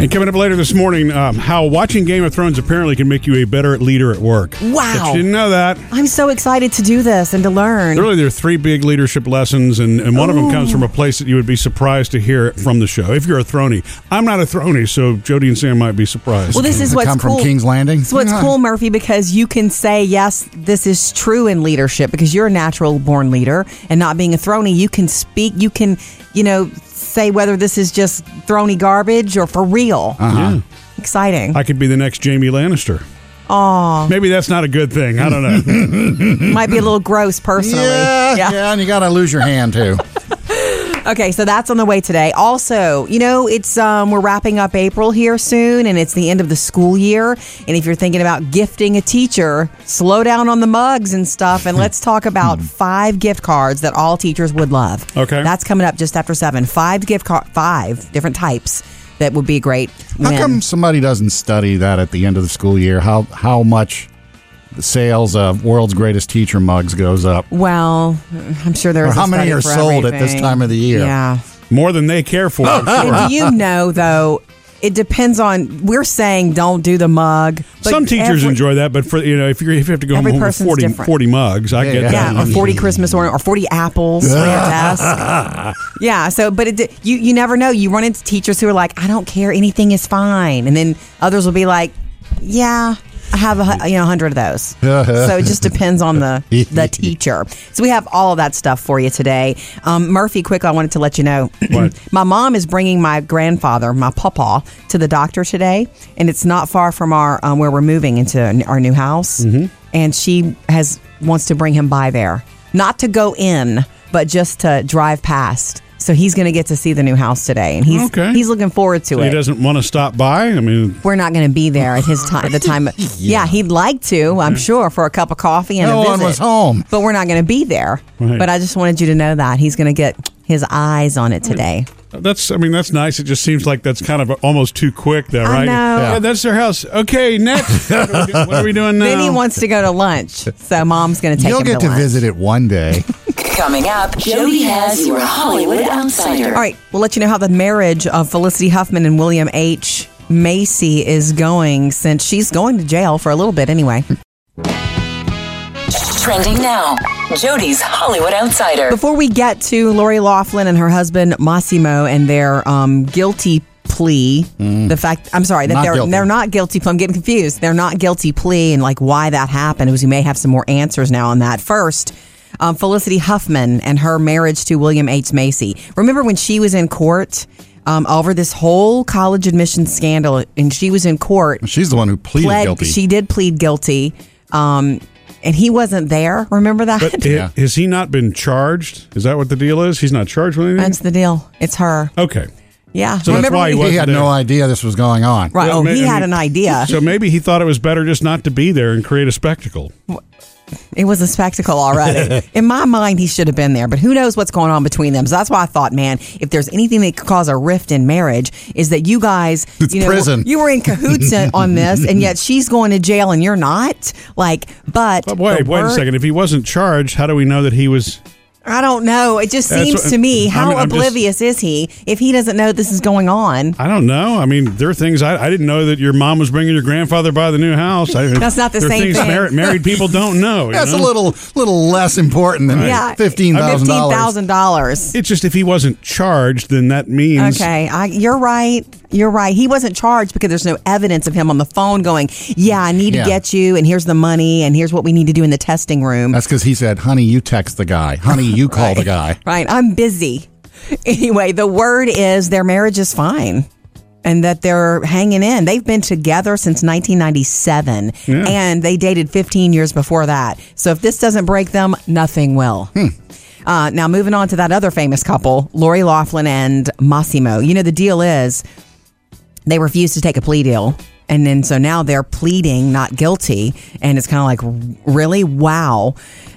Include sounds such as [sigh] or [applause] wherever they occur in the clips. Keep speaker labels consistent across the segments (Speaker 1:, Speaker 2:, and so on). Speaker 1: And coming up later this morning, um, how watching Game of Thrones apparently can make you a better leader at work.
Speaker 2: Wow.
Speaker 1: But you didn't know that.
Speaker 2: I'm so excited to do this and to learn.
Speaker 1: Really, there are three big leadership lessons, and, and one of them comes from a place that you would be surprised to hear from the show. If you're a throny, I'm not a throny, so Jody and Sam might be surprised.
Speaker 2: Well, this is
Speaker 3: Does it
Speaker 2: what's
Speaker 3: come from
Speaker 2: cool.
Speaker 3: King's Landing?
Speaker 2: It's what's
Speaker 3: Yeah.
Speaker 2: cool, Murphy, because you can say yes, this is true in leadership because you're a natural born leader, and not being a throny, you can speak. You can, you know, say whether this is just throny garbage or for real.
Speaker 3: Uh-huh.
Speaker 1: Yeah.
Speaker 2: Exciting.
Speaker 1: I could be the next Jamie Lannister. Aww. Maybe that's not a good thing. I don't
Speaker 2: [laughs]
Speaker 1: know.
Speaker 2: Might be a little gross personally.
Speaker 3: [laughs] Yeah, yeah, and you got to lose your hand too.
Speaker 2: Okay, so that's on the way today. Also, you know, it's um we're wrapping up April here soon and it's the end of the school year. And if you're thinking about gifting a teacher, slow down on the mugs and stuff
Speaker 1: Hmm.
Speaker 2: and let's talk about five gift cards that all teachers would love.
Speaker 1: Okay.
Speaker 2: That's coming up just after 7. Five gift card five different types that would be a great
Speaker 3: How
Speaker 2: win.
Speaker 3: come somebody doesn't study that at the end of the school year? How how much the sales of world's greatest teacher mugs goes up?
Speaker 2: well, I'm sure there's
Speaker 3: Or how many are sold at this time of the year? Ah.
Speaker 2: Yeah.
Speaker 1: More than they care for.
Speaker 2: And you know, though, it depends on. We're saying don't do the mug. but
Speaker 1: Some teachers
Speaker 2: every-
Speaker 1: enjoy that, but for you know, if, you're, if you have to go home
Speaker 2: Every
Speaker 1: with
Speaker 2: person's
Speaker 1: 40,
Speaker 2: different.
Speaker 1: 40 mugs, I
Speaker 3: Yeah,
Speaker 1: get
Speaker 3: yeah.
Speaker 1: that.
Speaker 2: Yeah, or forty Christmas ornament, or forty apples for your desk. Yeah. So, but it, you you never know. You run into teachers who are like, I don't care, anything is fine, and then others will be like, Yeah. I have a, hu- you know hundred of those, so it just depends on the
Speaker 1: [laughs]
Speaker 2: the teacher. So we have all of that stuff for you today, um, Murphy. Quick, I wanted to let you know. [clears throat]
Speaker 1: What?
Speaker 2: my mom is bringing my grandfather, my papa, to the doctor today, and it's not far from our um, where we're moving into our new house.
Speaker 1: Mm-hmm.
Speaker 2: And she has wants to bring him by there, not to go in, but just to drive past. So he's going to get to see the new house today, and he's
Speaker 1: Okay.
Speaker 2: he's looking forward to
Speaker 1: He
Speaker 2: it.
Speaker 1: doesn't want to stop by. I mean,
Speaker 2: We're not going to be there at his time.
Speaker 3: [laughs]
Speaker 2: The time, yeah. he'd like to, I'm sure, for a cup of coffee and
Speaker 3: Mm-hmm. No
Speaker 2: a
Speaker 3: one
Speaker 2: visit.
Speaker 3: was home.
Speaker 2: But we're not going to be there.
Speaker 1: Right.
Speaker 2: But I just wanted you to know that he's going to get his eyes on it today.
Speaker 1: that's I mean that's nice. It just seems like that's kind of almost too quick, though,
Speaker 2: I
Speaker 1: right?
Speaker 2: know.
Speaker 1: Yeah. that's their house. Okay,
Speaker 3: [laughs]
Speaker 1: next. what, are we, do- what are we doing now?
Speaker 2: Then he wants to go to lunch, so mom's going to take
Speaker 3: You'll
Speaker 2: him
Speaker 3: get
Speaker 2: to,
Speaker 3: to
Speaker 2: lunch.
Speaker 3: visit it
Speaker 2: [laughs]
Speaker 3: one day.
Speaker 4: Coming up, Jody has your Hollywood Outsider.
Speaker 2: All right, we'll let you know how the marriage of Felicity Huffman and William H. Macy is going since she's going to jail for a little bit anyway.
Speaker 4: Trending now, Jody's Hollywood Outsider.
Speaker 2: Before we get to Lori Laughlin and her husband Massimo and their um, guilty plea, the fact I'm sorry that
Speaker 3: Mm. Not
Speaker 2: they're
Speaker 3: guilty.
Speaker 2: they're not guilty. I'm getting confused. They're not guilty plea and like why that happened. Because we may have some more answers now on that. First, um, Felicity Huffman and her marriage to William H Macy. Remember when she was in court um, over this whole college admission scandal, and she was in court
Speaker 3: She's the one who pleaded
Speaker 2: pled.
Speaker 3: guilty.
Speaker 2: She did plead guilty. Um, and he wasn't there. Remember that?
Speaker 1: But i-
Speaker 3: Yeah.
Speaker 1: has he not been charged? Is that what the deal is? He's not charged with anything.
Speaker 2: [laughs] That's the deal. It's her.
Speaker 1: okay.
Speaker 2: Yeah.
Speaker 1: So that's why he
Speaker 2: when-
Speaker 1: wasn't
Speaker 3: he had
Speaker 1: there.
Speaker 3: no idea this was going on.
Speaker 2: Right.
Speaker 1: Well,
Speaker 2: oh,
Speaker 1: ma-
Speaker 2: he
Speaker 1: I
Speaker 2: had
Speaker 1: mean,
Speaker 2: an
Speaker 1: [laughs]
Speaker 2: idea.
Speaker 1: So maybe he thought it was better just not to be there and create a spectacle.
Speaker 2: It was a
Speaker 1: [laughs]
Speaker 2: spectacle already. In my mind, he should have been there, but who knows what's going on between them. So that's why I thought, man, if there's anything that could cause a rift in marriage, is that
Speaker 1: [laughs]
Speaker 2: you guys,
Speaker 3: It's
Speaker 2: you know,
Speaker 3: prison.
Speaker 2: you were in cahoots on this, and yet she's going to jail and you're not. Like, but,
Speaker 1: But wait,
Speaker 2: the
Speaker 1: wait a
Speaker 2: word-
Speaker 1: second. If he wasn't charged, how do we know that he was?
Speaker 2: I don't know. It just
Speaker 1: That's
Speaker 2: seems
Speaker 1: what-
Speaker 2: to me
Speaker 1: I
Speaker 2: how
Speaker 1: mean, I'm just-
Speaker 2: oblivious is he if he doesn't know this is going on.
Speaker 1: I don't know. I mean, there are things I, I didn't know that your mom was bringing your grandfather by the new house. I,
Speaker 2: That's not the
Speaker 1: there are
Speaker 2: same
Speaker 1: things
Speaker 2: thing.
Speaker 1: Married, married people don't know. you
Speaker 3: [laughs] That's a
Speaker 1: know?
Speaker 3: little little less important than
Speaker 2: Yeah,
Speaker 3: fifteen thousand dollars.
Speaker 2: thousand dollars.
Speaker 1: It's just if he wasn't charged, then that means
Speaker 2: Okay, I, you're right. You're right. He wasn't charged because there's no evidence of him on the phone going, "Yeah, I need
Speaker 3: Yeah.
Speaker 2: to get you, and here's the money, and here's what we need to do in the testing room."
Speaker 3: That's because he said, "Honey, you text the guy. Honey, you call the guy."
Speaker 2: right? I'm busy. [laughs] Anyway, the word is their marriage is fine. And that they're hanging in. They've been together since 1997,
Speaker 1: Yeah.
Speaker 2: and they dated 15 years before that. So if this doesn't break them, nothing will.
Speaker 3: Hmm.
Speaker 2: Uh, now, moving on to that other famous couple, Lori Laughlin and Massimo. You know, the deal is they refused to take a plea deal. And then so now they're pleading not guilty. And it's kind of like, really? Wow.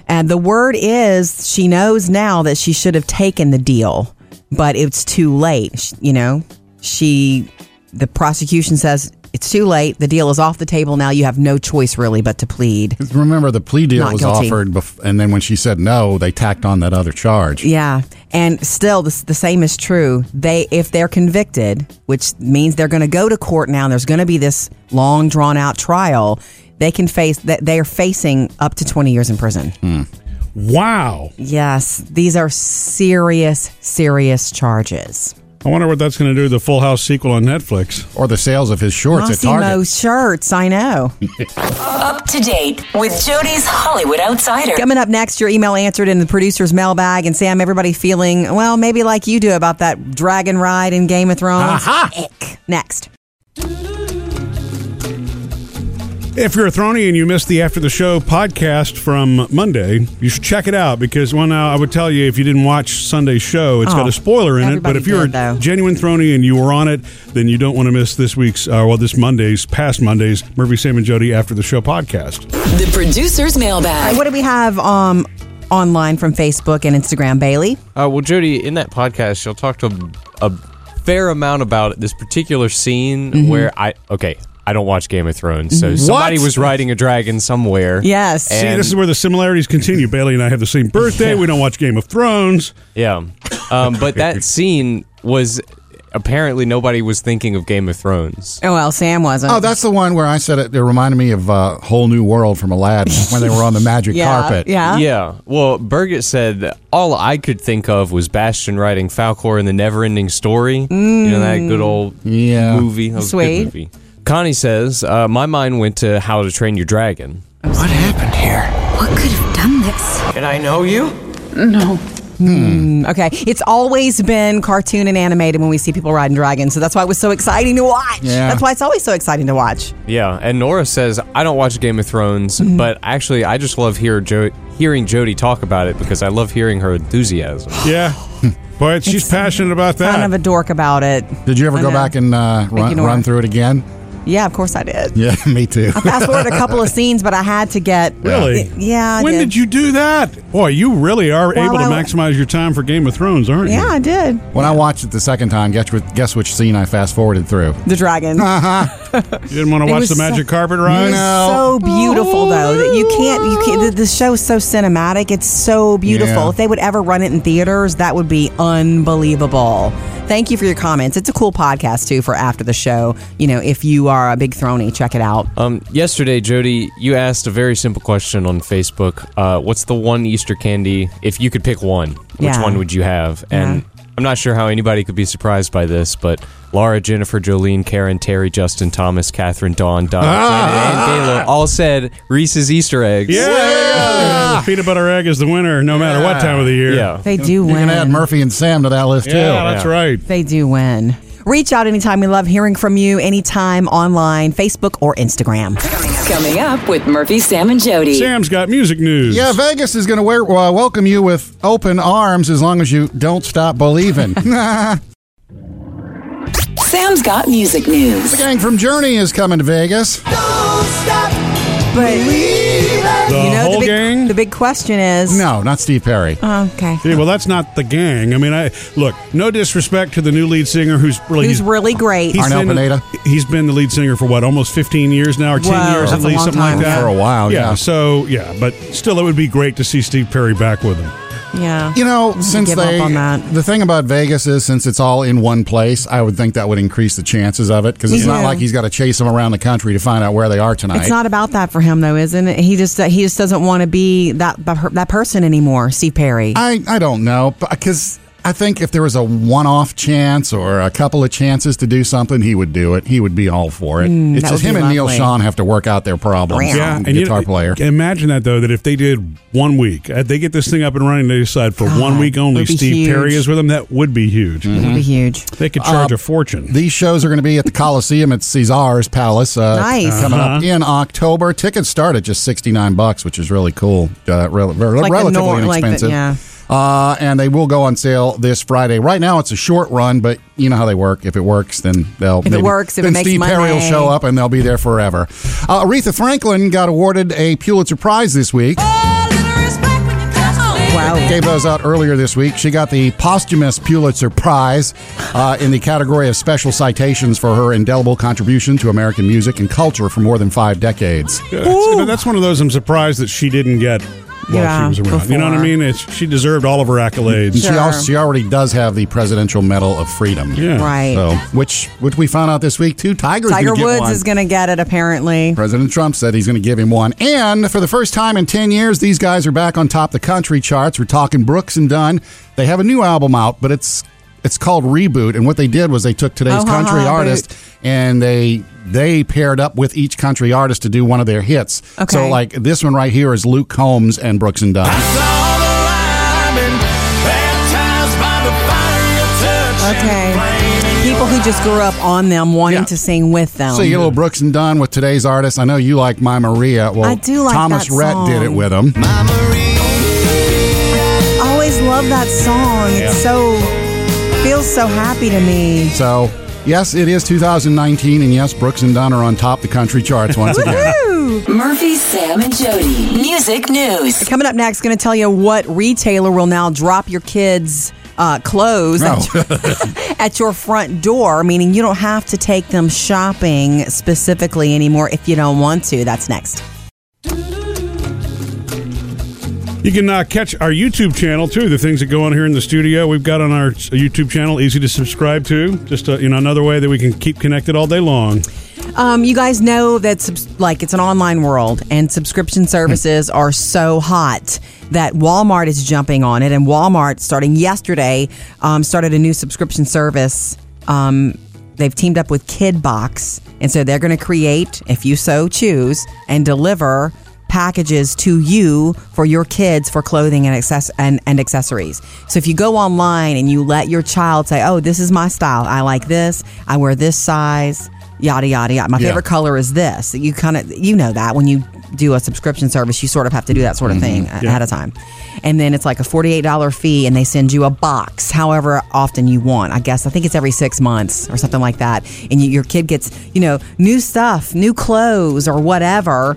Speaker 2: And the word is she knows now that she should have taken the deal, but it's too late. Sh- You know, she, the prosecution says It's too late. The deal is off the table now. You have no choice really but to plead.
Speaker 3: Remember, the plea deal
Speaker 2: Not
Speaker 3: was
Speaker 2: guilty.
Speaker 3: offered, bef- and then when she said no, they tacked on that other charge.
Speaker 2: Yeah, and still the, the same is true. They if they're convicted, which means they're going to go to court now. And there's going to be this long drawn out trial. They can face that they are facing up to 20 years in prison.
Speaker 1: Wow.
Speaker 2: Yes, these are serious serious charges.
Speaker 1: I wonder what that's going to do to the Full House sequel on Netflix.
Speaker 3: Or the sales of his shorts at
Speaker 2: Massimo
Speaker 3: Target.
Speaker 2: shirts, I know.
Speaker 4: Up to date with Jody's Hollywood Outsider.
Speaker 2: Coming up next, your email answered in the producer's mailbag. And Sam, everybody feeling, well, maybe like you do about that dragon ride in Game of Thrones. Ick. Next.
Speaker 1: If you're a throny and you missed the After the Show podcast from Monday, you should check it out because, well, now I would tell you if you didn't watch Sunday's show, it's
Speaker 2: Oh,
Speaker 1: got a spoiler in it. But
Speaker 2: everybody
Speaker 1: if you're
Speaker 2: did, though.
Speaker 1: a genuine throny and you were on it, then you don't want to miss this week's, uh, well, this Monday's, past Monday's, Murphy, Sam, and Jody After the Show podcast.
Speaker 4: The producer's
Speaker 2: All right,
Speaker 4: mailbag.
Speaker 2: what do we have um, online from Facebook and Instagram, Bailey?
Speaker 5: Uh, well, Jody, in that podcast, she'll talk to a, a fair amount about this particular scene where I okay, I don't watch Game of Thrones, so somebody was riding a dragon somewhere.
Speaker 2: Yes. See,
Speaker 1: See,
Speaker 5: and-
Speaker 1: this is where the similarities
Speaker 2: [laughs]
Speaker 1: continue. Bailey and I have the same birthday. We don't watch Game of Thrones.
Speaker 5: yeah. Um, but that scene was apparently nobody was thinking of Game of Thrones.
Speaker 2: Oh, well, Sam wasn't.
Speaker 3: Oh, that's the one where I said it, it reminded me of uh, Whole New World from Aladdin when they were on the
Speaker 2: [laughs]
Speaker 3: magic
Speaker 2: yeah,
Speaker 3: carpet.
Speaker 2: Yeah.
Speaker 5: Yeah. Well, Birgit said that all I could think of was Bastion writing Falcor in the Never Ending Story. You know that good old
Speaker 3: Yeah.
Speaker 5: movie. That was a
Speaker 2: Sweet.
Speaker 5: good movie. Connie says, uh, "My mind went to How to Train Your Dragon."
Speaker 6: What happened here?
Speaker 7: What could have done this?
Speaker 6: And I know you?
Speaker 2: Mm, Okay. It's always been cartoon and animated when we see people riding dragons. So that's why it was so exciting to watch.
Speaker 3: Yeah.
Speaker 2: That's why it's always so exciting to watch.
Speaker 5: Yeah, and Nora says I don't watch Game of Thrones,
Speaker 2: Mm-hmm.
Speaker 5: but actually I just love hear jo- hearing Jody talk about it because I love hearing her enthusiasm.
Speaker 2: [laughs]
Speaker 1: Yeah. But she's passionate about that.
Speaker 2: Kind of a dork about it.
Speaker 3: Did you ever
Speaker 2: I
Speaker 3: go
Speaker 2: know.
Speaker 3: back and uh, run,
Speaker 2: Ignore.
Speaker 3: run through it again? [laughs]
Speaker 2: Yeah, of course I did.
Speaker 3: Yeah, me too.
Speaker 2: Fast forward a couple of scenes, but I had to get.
Speaker 1: Really?
Speaker 2: Yeah. I
Speaker 1: when did. you do that? Boy, you really are
Speaker 2: Well,
Speaker 1: able to
Speaker 2: I-
Speaker 1: maximize your time for Game of Thrones, aren't
Speaker 2: Yeah, I
Speaker 1: you?
Speaker 2: did.
Speaker 3: [laughs] when I watched it the second time, guess, which- guess which scene I fast forwarded through?
Speaker 2: The dragon.
Speaker 1: You didn't want to
Speaker 2: It
Speaker 1: watch
Speaker 2: was
Speaker 1: the
Speaker 2: so-
Speaker 1: magic carpet ride?
Speaker 2: It's so beautiful though that you can't you can't the, the show is so cinematic it's so beautiful
Speaker 3: Yeah.
Speaker 2: if they would ever run it in theaters that would be unbelievable thank you for your comments it's a cool podcast too for after the show you know if you are a big throny check it out
Speaker 5: Um, yesterday, Jody, you asked a very simple question on Facebook. Uh, what's the one Easter candy? If you could pick one, which
Speaker 2: Yeah.
Speaker 5: one would you have? And I'm not sure how anybody could be surprised by this, but Laura, Jennifer, Jolene, Karen, Terry, Justin, Thomas, Catherine, Dawn, Donna, Shannon, and Gayla all said Reese's Easter eggs.
Speaker 1: Yeah. The peanut butter egg is the winner no matter what
Speaker 3: Yeah.
Speaker 1: time of the year.
Speaker 5: Yeah.
Speaker 2: they do
Speaker 3: You
Speaker 2: win
Speaker 3: can add Murphy and Sam to that list
Speaker 1: Yeah,
Speaker 3: too.
Speaker 1: that's right.
Speaker 2: They do win. Reach out anytime. We love hearing from you anytime online, Facebook or Instagram.
Speaker 4: Coming up with Murphy, Sam, and Jody.
Speaker 1: Sam's got music news.
Speaker 3: Yeah, Vegas is going to wear, uh, welcome you with open arms as long as you don't
Speaker 2: [laughs]
Speaker 3: stop believing. [laughs] the
Speaker 4: Sam's got music news.
Speaker 3: gang from Journey is coming to Vegas.
Speaker 2: But
Speaker 1: the
Speaker 2: you know
Speaker 1: whole
Speaker 2: the big,
Speaker 1: gang.
Speaker 2: the big question is
Speaker 3: No, not Steve Perry.
Speaker 2: Oh, okay.
Speaker 1: yeah, well, that's not the gang. I mean, I look. No disrespect to the new lead singer, who's really
Speaker 2: Who's
Speaker 1: he's-
Speaker 2: really great?
Speaker 1: he's
Speaker 3: Arnell
Speaker 1: been-
Speaker 3: Pineda?
Speaker 1: He's been the lead singer for what, almost fifteen years now, or ten
Speaker 2: Wow,
Speaker 1: years
Speaker 2: that's
Speaker 1: at
Speaker 2: a
Speaker 1: least,
Speaker 2: long
Speaker 1: something
Speaker 2: time,
Speaker 1: like that.
Speaker 2: yeah.
Speaker 3: For a while, yeah.
Speaker 1: So yeah, but still, it would be great to see Steve Perry back with him.
Speaker 2: yeah.
Speaker 3: You know, since
Speaker 2: give up
Speaker 3: they
Speaker 2: on that.
Speaker 3: the thing about Vegas is since it's all in one place, I would think that would increase the chances of it because it's not
Speaker 2: Yeah.
Speaker 3: like he's got to chase them around the country to find out where they are tonight.
Speaker 2: It's not about that for him though, isn't it? He just he just doesn't want to be that that person anymore, Steve Perry.
Speaker 3: I I don't know because I think if there was a one-off chance or a couple of chances to do something, he would do it. He would be all for it. it's
Speaker 2: Mm, that
Speaker 3: just
Speaker 2: would
Speaker 3: him
Speaker 2: be
Speaker 3: and Neil
Speaker 2: lovely.
Speaker 3: Sean have to work out their problems.
Speaker 2: Yeah,
Speaker 3: the
Speaker 1: Uh, you
Speaker 3: guitar
Speaker 1: know,
Speaker 3: player.
Speaker 1: Imagine that though. That if they did one week, uh, they get this thing up and running. They decide for one week only,
Speaker 2: would be
Speaker 1: Steve
Speaker 2: huge.
Speaker 1: Perry is with them. That would be huge.
Speaker 2: It'd be huge.
Speaker 1: They could charge a fortune.
Speaker 3: These shows are going to be at Mm-hmm. Uh, the Coliseum at Caesar's Palace. Uh,
Speaker 2: Nice.
Speaker 3: Coming up in October. Tickets start at just 69 bucks, which is really cool. Uh, rel- rel-
Speaker 2: Like the
Speaker 3: relatively
Speaker 2: nor- like the-
Speaker 3: inexpensive.
Speaker 2: yeah.
Speaker 3: Uh, and they will go on sale this Friday. Right now, it's a short run, but you know how they work. If it works, then they'll. If
Speaker 2: it works, if
Speaker 3: then
Speaker 2: it makes
Speaker 3: Steve Perry will
Speaker 2: money.
Speaker 3: show up, and they'll be there forever. Uh, Aretha Franklin got awarded a Pulitzer Prize this week.
Speaker 8: A little respect when you pass me.
Speaker 2: Wow.
Speaker 3: Gave those out earlier this week. She got the posthumous Pulitzer Prize uh, in the category of special citations for her indelible contribution to American music and culture for more than five decades.
Speaker 1: Yeah, that's- you know, that's one of those I'm surprised that she didn't get while
Speaker 2: Yeah,
Speaker 1: she was around. You know what I
Speaker 2: before.
Speaker 1: mean? It's, she deserved all of her accolades.
Speaker 3: She, also, she already does have the Presidential Medal of Freedom.
Speaker 1: Yeah.
Speaker 2: Right.
Speaker 3: So, which which we found out this week too. Tiger's
Speaker 2: Tiger
Speaker 3: gonna get
Speaker 2: Woods
Speaker 3: one.
Speaker 2: is going to get it, apparently.
Speaker 3: President Trump said he's going to give him one. And for the first time in 10 years, these guys are back on top of the country charts. We're talking Brooks and Dunn. They have a new album out, but it's it's called Reboot. And what they did was they took today's
Speaker 2: Oh, ha,
Speaker 3: country
Speaker 2: ha,
Speaker 3: artist and they they paired up with each country artist to do one of their hits. So
Speaker 2: Okay.
Speaker 3: like this one right here is Luke Combs and Brooks and Dunn.
Speaker 2: Okay. People who just grew up on them wanting
Speaker 3: Yeah.
Speaker 2: to sing with them.
Speaker 3: So you get a little Brooks and Dunn with today's artist. I know you like My Maria. Well,
Speaker 2: I do like
Speaker 3: Thomas
Speaker 2: that
Speaker 3: Rhett did it
Speaker 2: song.
Speaker 3: with him.
Speaker 2: always love that song. It's so feels so happy to me.
Speaker 3: So, yes, it is 2019, and yes, Brooks and Dunn are on top of the country charts once again.
Speaker 4: Murphy, Sam, and Jody. Music news.
Speaker 2: Coming up next, going to tell you what retailer will now drop your kids' uh, clothes at, your, [laughs] at your front door, meaning you don't have to take them shopping specifically anymore if you don't want to. That's next.
Speaker 1: You can uh, catch our YouTube channel too. The things that go on here in the studio, we've got on our s- YouTube channel, easy to subscribe to. Just uh you know, another way that we can keep connected all day long.
Speaker 2: Um, you guys know that subs- like it's an online world and subscription services are so hot that Walmart is jumping on it and Walmart starting yesterday um, started a new subscription service. Um, they've teamed up with KidBox and so they're going to create, if you so choose, and deliver packages to you for your kids for clothing and access and, and accessories. So if you go online and you let your child say, "Oh, this is my style. I like this. I wear this size." Yada yada yada. My
Speaker 3: Yeah.
Speaker 2: favorite color is this. You kind of you know that when you do a subscription service, you sort of have to do that sort
Speaker 3: Mm-hmm.
Speaker 2: of thing a- ahead of time, and then it's like a forty eight dollar fee, and they send you a box, however often you want. I guess I think it's every six months or something like that, and you, your kid gets you know new stuff, new clothes or whatever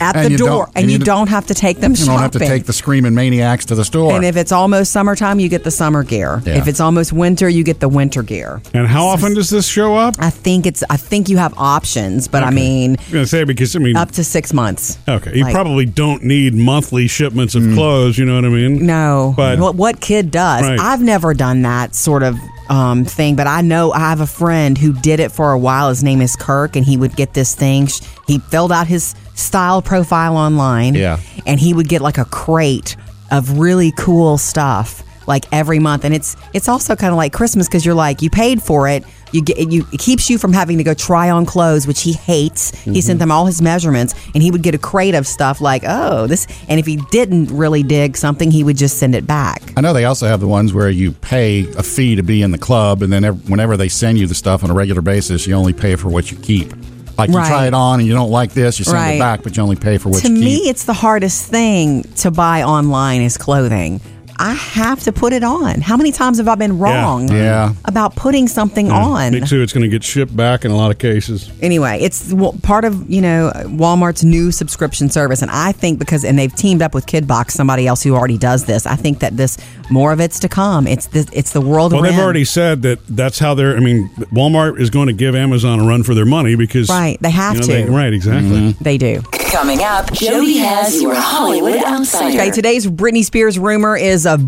Speaker 2: at
Speaker 3: And
Speaker 2: the
Speaker 3: you don't-
Speaker 2: door, and,
Speaker 3: and
Speaker 2: you,
Speaker 3: you d-
Speaker 2: don't have to take them
Speaker 3: You
Speaker 2: shopping.
Speaker 3: don't have to take the screaming maniacs to the store.
Speaker 2: and if it's almost summertime, you get the summer gear.
Speaker 3: Yeah.
Speaker 2: If it's almost winter, you get the winter gear.
Speaker 1: And how often does this show up?
Speaker 2: I think it's. I think you have options, but I mean,
Speaker 1: I'm gonna say because I mean,
Speaker 2: up to six months.
Speaker 1: okay, you
Speaker 2: like-
Speaker 1: probably don't need monthly shipments of clothes. You know what I mean?
Speaker 2: No,
Speaker 1: but
Speaker 2: what, what kid does?
Speaker 1: Right.
Speaker 2: I've never done that sort of um, thing, but I know I have a friend who did it for a while. His name is Kirk, and he would get this thing. Sh- He filled out his style profile online,
Speaker 3: Yeah.
Speaker 2: and he would get like a crate of really cool stuff like every month, and it's it's also kind of like Christmas because you're like you paid for it. You get you it keeps you from having to go try on clothes, which he hates. He sent them all his measurements, and he would get a crate of stuff like oh this. And if he didn't really dig something, he would just send it back.
Speaker 3: I know they also have the ones where you pay a fee to be in the club, and then ev- whenever they send you the stuff on a regular basis, you only pay for what you keep. Like you
Speaker 2: Right.
Speaker 3: try it on and you don't like this, you send
Speaker 2: Right.
Speaker 3: it back, but you only pay for what
Speaker 2: to
Speaker 3: you
Speaker 2: me,
Speaker 3: keep.
Speaker 2: it's the hardest thing to buy online is clothing. I have to put it on. How many times have I been wrong
Speaker 3: Yeah.
Speaker 2: about putting something on?
Speaker 1: Me too. It's gonna get shipped back in a lot of cases.
Speaker 2: anyway, it's wa- part of you know Walmart's new subscription service, and I think because and they've teamed up with KidBox, somebody else who already does this. I think that this more of it's to come. It's the it's the world.
Speaker 1: Well,
Speaker 2: we're
Speaker 1: they've
Speaker 2: in.
Speaker 1: already said that that's how they're. I mean, Walmart is going to give Amazon a run for their money because
Speaker 2: Right, they have
Speaker 1: you know,
Speaker 2: to.
Speaker 1: they- right, exactly.
Speaker 2: they do.
Speaker 4: Coming up, Jody has your Hollywood Outsider.
Speaker 2: Okay, today's Britney Spears rumor is a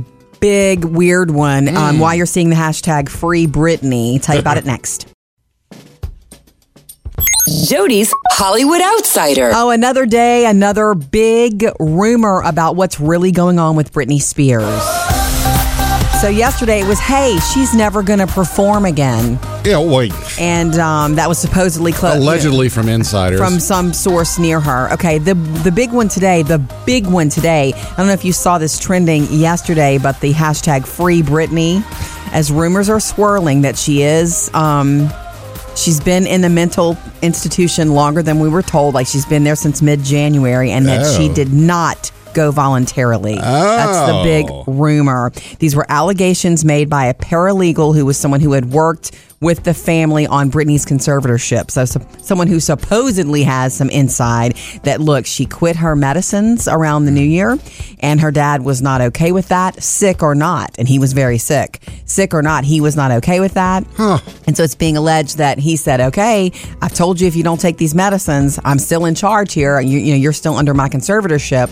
Speaker 2: big weird one. Um, why you're seeing the hashtag Free Britney? Tell you about it next.
Speaker 4: Jody's Hollywood Outsider.
Speaker 2: [laughs] Oh, another day, another big rumor about what's really going on with Britney Spears. So yesterday it was, hey, she's never going to perform again,
Speaker 3: yeah, wait.
Speaker 2: and um, that was supposedly close.
Speaker 3: Allegedly from insiders.
Speaker 2: From some source near her. Okay, the the big one today, the big one today. I don't know if you saw this trending yesterday, but the hashtag Free Britney, as rumors are swirling that she is, um, she's been in the mental institution longer than we were told. Like she's been there since mid January, and that she
Speaker 3: Oh.
Speaker 2: did not go voluntarily. That's the big
Speaker 3: Oh.
Speaker 2: rumor. These were allegations made by a paralegal who was someone who had worked with the family on Britney's conservatorship. So, so- someone who supposedly has some inside that look, she quit her medicines around the new year and her dad was not okay with that, sick or not, and he was very sick. Sick or not, he was not okay with that. And so it's being alleged that he said, "Okay, I've told you if you don't take these medicines, I'm still in charge here. You, you know, you're still under my conservatorship."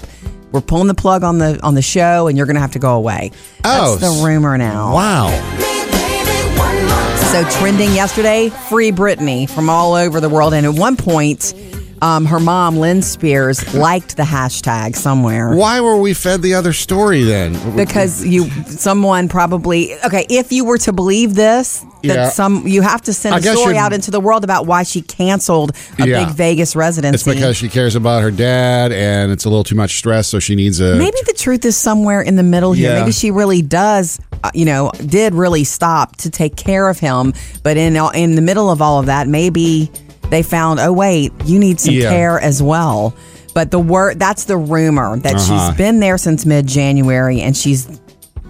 Speaker 2: we're pulling the plug on the on the show and you're gonna have to go away
Speaker 3: Oh,
Speaker 2: that's
Speaker 3: s-
Speaker 2: the rumor now
Speaker 3: Wow.
Speaker 2: so trending yesterday free britney from all over the world and at one point um, her mom lynn spears liked the hashtag somewhere
Speaker 3: Why were we fed the other story then?
Speaker 2: because you someone probably okay if you were to believe this that
Speaker 3: Yeah.
Speaker 2: some you have to send
Speaker 3: I
Speaker 2: a
Speaker 3: guess
Speaker 2: story
Speaker 3: you're-
Speaker 2: out into the world about why she canceled a
Speaker 3: Yeah.
Speaker 2: big vegas residency
Speaker 3: It's because she cares about her dad and it's a little too much stress, so she needs a.
Speaker 2: Maybe the truth is somewhere in the middle here.
Speaker 3: Yeah.
Speaker 2: Maybe she really does, uh, you know, did really stop to take care of him. But in all- in the middle of all of that, maybe they found, oh wait, you need some
Speaker 3: Yeah.
Speaker 2: care as well. But the word that's the rumor that
Speaker 3: Uh-huh.
Speaker 2: she's been there since mid January and she's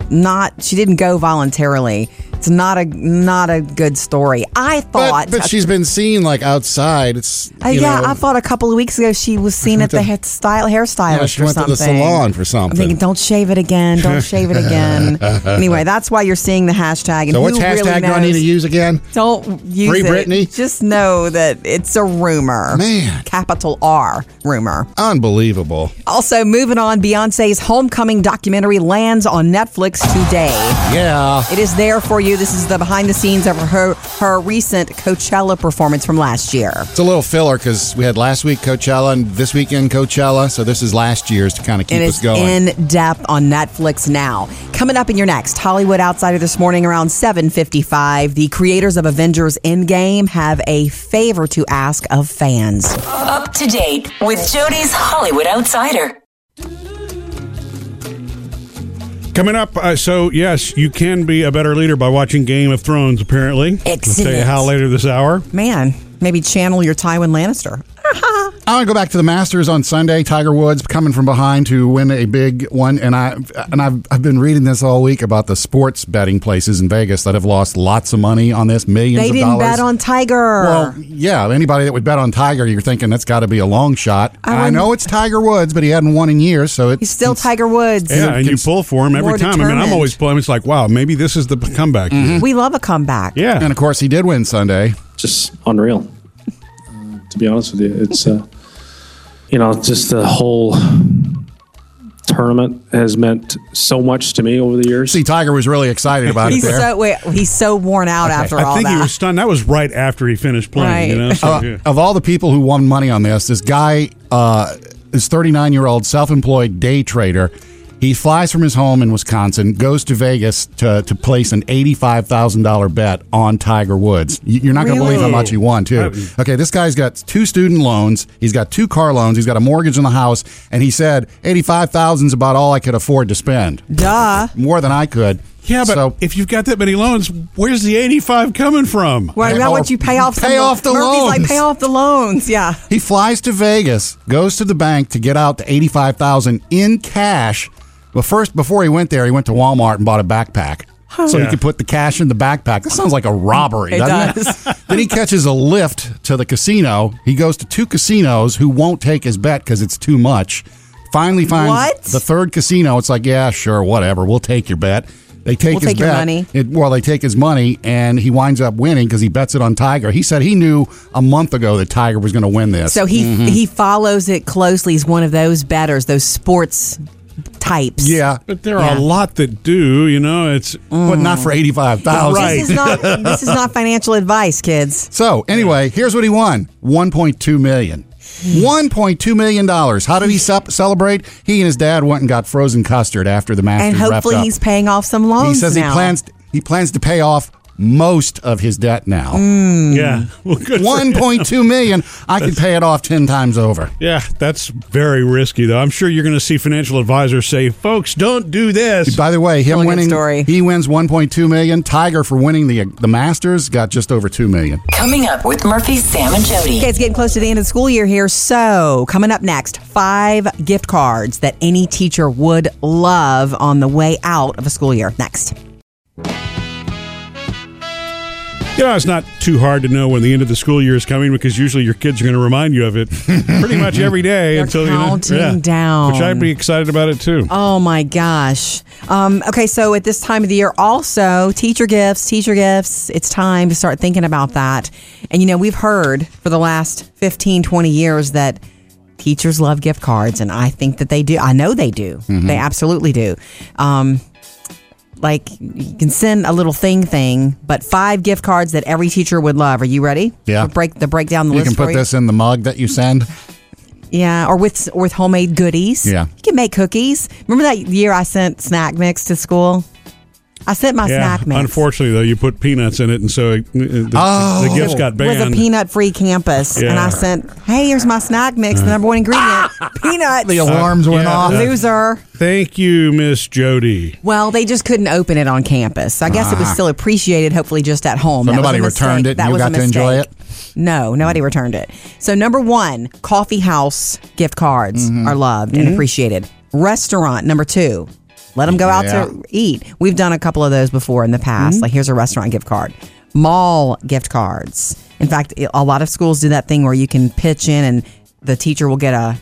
Speaker 2: not. She didn't go voluntarily. It's not a not a good story. I thought.
Speaker 3: But, but she's been seen like outside. It's
Speaker 2: Uh,
Speaker 3: you
Speaker 2: yeah,
Speaker 3: know,
Speaker 2: I thought a couple of weeks ago she was seen at the
Speaker 3: to-
Speaker 2: hair style hairstylist
Speaker 3: Yeah, she
Speaker 2: or
Speaker 3: went to
Speaker 2: something.
Speaker 3: the salon for something.
Speaker 2: I'm thinking, don't shave it again. Don't
Speaker 3: [laughs]
Speaker 2: shave it again. anyway, that's why you're seeing the hashtag. And
Speaker 3: So what's
Speaker 2: who
Speaker 3: hashtag
Speaker 2: really
Speaker 3: do I need
Speaker 2: knows?
Speaker 3: to use again?
Speaker 2: Don't use
Speaker 3: Free
Speaker 2: it.
Speaker 3: Britney?
Speaker 2: Just know that it's a rumor.
Speaker 3: Man.
Speaker 2: Capital R rumor.
Speaker 3: Unbelievable.
Speaker 2: Also, moving on, Beyonce's homecoming documentary lands on Netflix today.
Speaker 3: Yeah.
Speaker 2: It is there for you. This is the behind the scenes of her her recent Coachella performance from last year.
Speaker 3: It's a little filler because we had last week Coachella and this weekend Coachella, so this is last year's to kind of keep
Speaker 2: and
Speaker 3: us
Speaker 2: it's
Speaker 3: going.
Speaker 2: in depth on Netflix now. Coming up in your next Hollywood Outsider this morning around 7:55, the creators of Avengers Endgame have a favor to ask of fans.
Speaker 4: Up to date with Jody's Hollywood Outsider.
Speaker 1: Coming up, uh, so yes, you can be a better leader by watching Game of Thrones. Apparently, I'll tell you
Speaker 2: Excellent.
Speaker 1: how later this hour.
Speaker 2: Man, maybe channel your Tywin Lannister.
Speaker 3: I want to go back to the Masters on Sunday. Tiger Woods coming from behind to win a big one, and I and I've I've been reading this all week about the sports betting places in Vegas that have lost lots of money on this, millions
Speaker 2: They
Speaker 3: of
Speaker 2: didn't
Speaker 3: dollars.
Speaker 2: bet on Tiger.
Speaker 3: Well, yeah, anybody that would bet on Tiger, you're thinking that's got to be a long shot.
Speaker 2: I
Speaker 3: And I,
Speaker 2: wouldn't-
Speaker 3: know it's Tiger Woods, but he hadn't won in years, so it,
Speaker 2: He's still
Speaker 3: it's-
Speaker 2: Tiger Woods.
Speaker 1: Yeah, and you pull for him every
Speaker 2: More
Speaker 1: time. I mean, I'm
Speaker 2: determined.
Speaker 1: always pulling. It's like, wow, maybe this is the comeback.
Speaker 2: We love a comeback.
Speaker 1: Yeah,
Speaker 3: And of course, he did win Sunday.
Speaker 8: just unreal. Uh, to be honest with you, it's uh, you know just the whole tournament has meant so much to me over the years.
Speaker 3: See, Tiger was really excited about it
Speaker 2: [laughs] He's
Speaker 3: there.
Speaker 2: so wait, he's so worn out after all
Speaker 1: I think
Speaker 2: that.
Speaker 1: he was stunned. That was right after he finished playing. You
Speaker 2: Right.
Speaker 1: know, so, yeah.
Speaker 3: Uh, of all the people who won money on this, this guy uh, is 39 year old self employed day trader. He flies from his home in Wisconsin, goes to Vegas to, to place an $85,000 bet on Tiger Woods. Y- You're not going to
Speaker 2: Really?
Speaker 3: believe how much he won, too. Okay, this guy's got two student loans, he's got two car loans, he's got a mortgage on the house, and he said 85000 is about all I could afford to spend.
Speaker 2: Duh.
Speaker 3: More than I could.
Speaker 1: yeah, but
Speaker 3: So-
Speaker 1: if you've got that many loans, where's the 85 coming from?
Speaker 2: Why why
Speaker 3: Or
Speaker 2: don't you pay off
Speaker 3: pay
Speaker 2: some-
Speaker 3: off the
Speaker 2: Murphy's
Speaker 3: loans.
Speaker 2: Like, pay off the loans. Yeah.
Speaker 3: He flies to Vegas, goes to the bank to get out the eighty-five thousand in cash. But first, before he went there, he went to Walmart and bought a backpack so he
Speaker 1: Yeah.
Speaker 3: could put the cash in the backpack. That sounds like a robbery.
Speaker 2: It
Speaker 3: doesn't
Speaker 2: does.
Speaker 3: [laughs] then he catches a lift to the casino. He goes to two casinos who won't take his bet because it's too much. Finally, finds
Speaker 2: What?
Speaker 3: the third casino. It's like, yeah, sure, whatever. We'll take your bet. They take
Speaker 2: We'll
Speaker 3: his
Speaker 2: take your
Speaker 3: bet.
Speaker 2: money.
Speaker 3: It, well, they take his money, and he winds up winning because he bets it on Tiger. He said he knew a month ago that Tiger was going to win this.
Speaker 2: So he he follows it closely. He's one of those betters, those sports types.
Speaker 3: yeah,
Speaker 1: But there are
Speaker 2: Yeah. Mm.
Speaker 1: a lot that do. You know, it's
Speaker 3: but not for eighty-five thousand.
Speaker 2: This is not
Speaker 3: [laughs]
Speaker 2: this is not financial advice, kids.
Speaker 3: So anyway, here's what he won: one point two million. One point two million dollars. How did he sup- celebrate? He and his dad went and got frozen custard after the
Speaker 2: And
Speaker 3: Masters. wrapped
Speaker 2: hopefully
Speaker 3: up.
Speaker 2: he's paying off some loans.
Speaker 3: He says
Speaker 2: now.
Speaker 3: he plans he plans to pay off most of his debt now.
Speaker 2: Mm.
Speaker 1: Yeah. [laughs] Well, good for
Speaker 3: One
Speaker 1: him.
Speaker 3: point two million. I could pay it off ten times over.
Speaker 1: Yeah, that's very risky, though. I'm sure you're going to see financial advisors say, folks, don't do this.
Speaker 3: By the way, him
Speaker 2: Really good
Speaker 3: winning,
Speaker 2: story.
Speaker 3: he wins one point two million. Tiger for winning the the Masters got just over two million.
Speaker 4: Coming up with Murphy, Sam, and Jody.
Speaker 2: Okay, it's getting close to the end of the school year here. So, coming up next, five gift cards that any teacher would love on the way out of a school year. Next.
Speaker 1: You know, it's not too hard to know when the end of the school year is coming because usually your kids are going to remind you of
Speaker 2: [laughs]
Speaker 1: it pretty much every day
Speaker 2: They're
Speaker 1: until
Speaker 2: counting
Speaker 1: you know,
Speaker 2: down.
Speaker 1: Which I'd be excited about it, too.
Speaker 2: Oh my gosh. Um, okay, so at this time of the year, also teacher gifts, teacher gifts. It's time to start thinking about that. And you know, we've heard for the last 15, 20 years that teachers love gift cards, and I think that they do. I know they do.
Speaker 3: Mm-hmm.
Speaker 2: They absolutely do. Um, like you can send a little thing thing, but five gift cards that every teacher would love. Are you ready?
Speaker 3: Yeah.
Speaker 2: We'll break the breakdown the
Speaker 3: You
Speaker 2: list
Speaker 3: can
Speaker 2: for
Speaker 3: put
Speaker 2: you.
Speaker 3: this in the mug that you send.
Speaker 2: Yeah, or with or with homemade goodies.
Speaker 3: Yeah.
Speaker 2: you can make cookies. Remember that year I sent snack mix to school. I sent my
Speaker 1: yeah.
Speaker 2: snack mix.
Speaker 1: Unfortunately, though, you put peanuts in it, and so it, the,
Speaker 3: Oh.
Speaker 1: the gifts got
Speaker 2: It was
Speaker 1: banned.
Speaker 2: a peanut-free campus, and
Speaker 1: Yeah.
Speaker 2: I sent, "Hey, here's my snack mix, the number one ingredient, [laughs] peanuts."
Speaker 3: The alarms went
Speaker 1: yeah.
Speaker 3: off.
Speaker 2: Loser.
Speaker 1: Thank you, Miss Jody.
Speaker 2: Well, they just couldn't open it on campus. I guess it was still appreciated, hopefully, just at home.
Speaker 3: Ah. So
Speaker 2: That was
Speaker 3: nobody
Speaker 2: a mistake.
Speaker 3: returned it and
Speaker 2: That
Speaker 3: you
Speaker 2: was a
Speaker 3: got to enjoy Mm.
Speaker 2: mistake. No, nobody returned it. So, number one, coffee house gift cards
Speaker 3: Mm-hmm.
Speaker 2: are loved and appreciated. Restaurant, number two, let them go
Speaker 3: Yeah. Mm-hmm.
Speaker 2: out to eat. We've done a couple of those before in the past. Like, here's a restaurant gift card, mall gift cards. In fact, i- a lot of schools do that thing where you can pitch in and the teacher will get a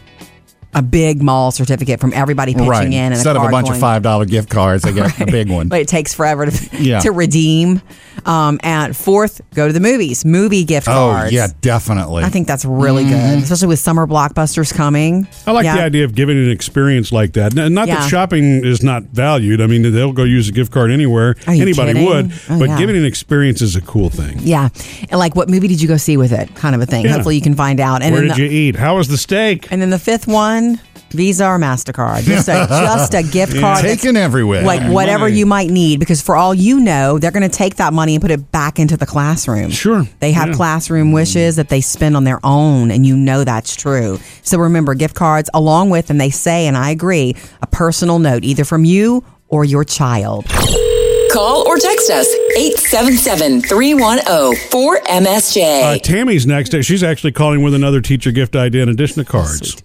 Speaker 2: a big mall certificate from everybody pitching
Speaker 3: Right.
Speaker 2: in. And
Speaker 3: Instead of a
Speaker 2: card
Speaker 3: bunch of
Speaker 2: going-
Speaker 3: five dollar gift cards,
Speaker 2: [laughs]
Speaker 3: they get a big one.
Speaker 2: but it takes forever to, [laughs]
Speaker 3: Yeah.
Speaker 2: to redeem. Um, and fourth, go to the movies, movie gift
Speaker 3: oh
Speaker 2: cards.
Speaker 3: yeah, definitely.
Speaker 2: I think that's really good, especially with summer blockbusters coming.
Speaker 1: Mm-hmm. I like
Speaker 2: Yeah.
Speaker 1: the idea of giving an experience like that. N- Not
Speaker 2: Yeah.
Speaker 1: that shopping is not valued. I mean, they'll go use a gift card anywhere.
Speaker 2: Are you
Speaker 1: Anybody
Speaker 2: kidding?
Speaker 1: would.
Speaker 2: Oh,
Speaker 1: but
Speaker 2: yeah.
Speaker 1: giving an experience is a cool thing.
Speaker 2: Yeah, and like, what movie did you go see with it? Kind of a thing.
Speaker 1: Yeah.
Speaker 2: Hopefully, you can find out. And
Speaker 1: Where
Speaker 2: then
Speaker 1: did
Speaker 2: the,
Speaker 1: you eat? How was the steak?
Speaker 2: And then the fifth one, Visa or Mastercard, just
Speaker 1: [laughs]
Speaker 2: a, just a gift card. that's
Speaker 3: Taken everywhere.
Speaker 2: Like
Speaker 3: Yeah,
Speaker 2: whatever
Speaker 1: money.
Speaker 2: you might need, because for all you know, they're going to take that money and put it back into the classroom.
Speaker 1: Sure.
Speaker 2: They have
Speaker 1: Yeah.
Speaker 2: classroom wishes that they spend on their own, and you know that's true. So remember, gift cards, along with, and they say, and I agree, a personal note, either from you or your child.
Speaker 4: Call or text us 877 310
Speaker 1: Uh,
Speaker 4: 4MSJ.
Speaker 1: Tammy's next. She's actually calling with another teacher gift idea in addition to cards.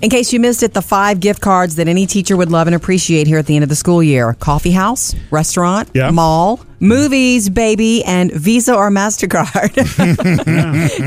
Speaker 2: In case you missed it, the five gift cards that any teacher would love and appreciate here at the end of the school year coffee house, restaurant,
Speaker 1: Yeah.
Speaker 2: mall, movies, baby, and Visa or MasterCard.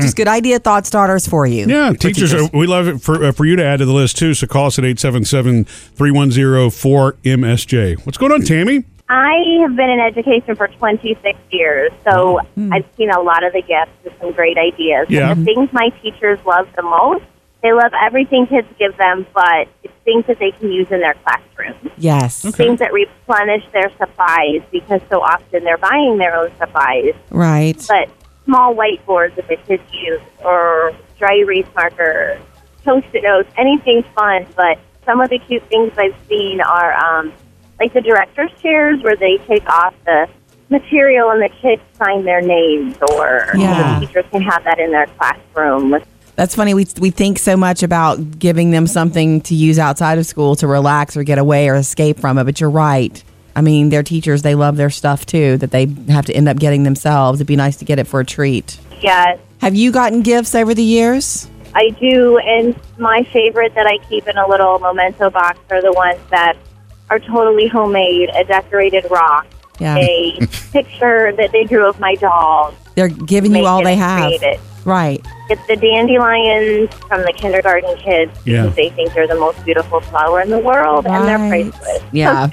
Speaker 2: [laughs] Just good idea, thought starters for you.
Speaker 1: Yeah, teachers, uh we love it for, uh, for you to add to the list too. So call us at 877 310 4MSJ. What's going on, Tammy?
Speaker 9: I have been in education for 26 years, so I've seen a lot of the gifts and some great ideas.
Speaker 1: Yeah.
Speaker 9: And the things my teachers love the most, they love everything kids give them, but it's things that they can use in their classroom,
Speaker 2: Yes.
Speaker 9: things that replenish their supplies because so often they're buying their own supplies.
Speaker 2: Right.
Speaker 9: But small whiteboards that the kids use, or dry erase markers, post-it notes, anything fun. But some of the cute things I've seen are um, like the director's chairs where they take off the material and the kids sign their names, or
Speaker 2: Yeah.
Speaker 9: the teachers can have that in their classroom with
Speaker 2: That's funny. We, we think so much about giving them something to use outside of school to relax or get away or escape from it, but you're right. I mean, their teachers, they love their stuff too, that they have to end up getting themselves. It'd be nice to get it for a treat.
Speaker 9: yes.
Speaker 2: Have you gotten gifts over the years?
Speaker 9: I do, and my favorite that I keep in a little memento box are the ones that are totally homemade, a decorated rock,
Speaker 2: Yeah.
Speaker 9: a picture that they drew of my dog,
Speaker 2: They're giving you
Speaker 9: Make
Speaker 2: all
Speaker 9: it
Speaker 2: they
Speaker 9: and
Speaker 2: have.
Speaker 9: create it.
Speaker 2: Right.
Speaker 9: It's the dandelions from the kindergarten kids
Speaker 1: Yeah.
Speaker 9: because they think they're the most beautiful flower in the world and they're
Speaker 2: Right.
Speaker 9: priceless.
Speaker 2: Yeah.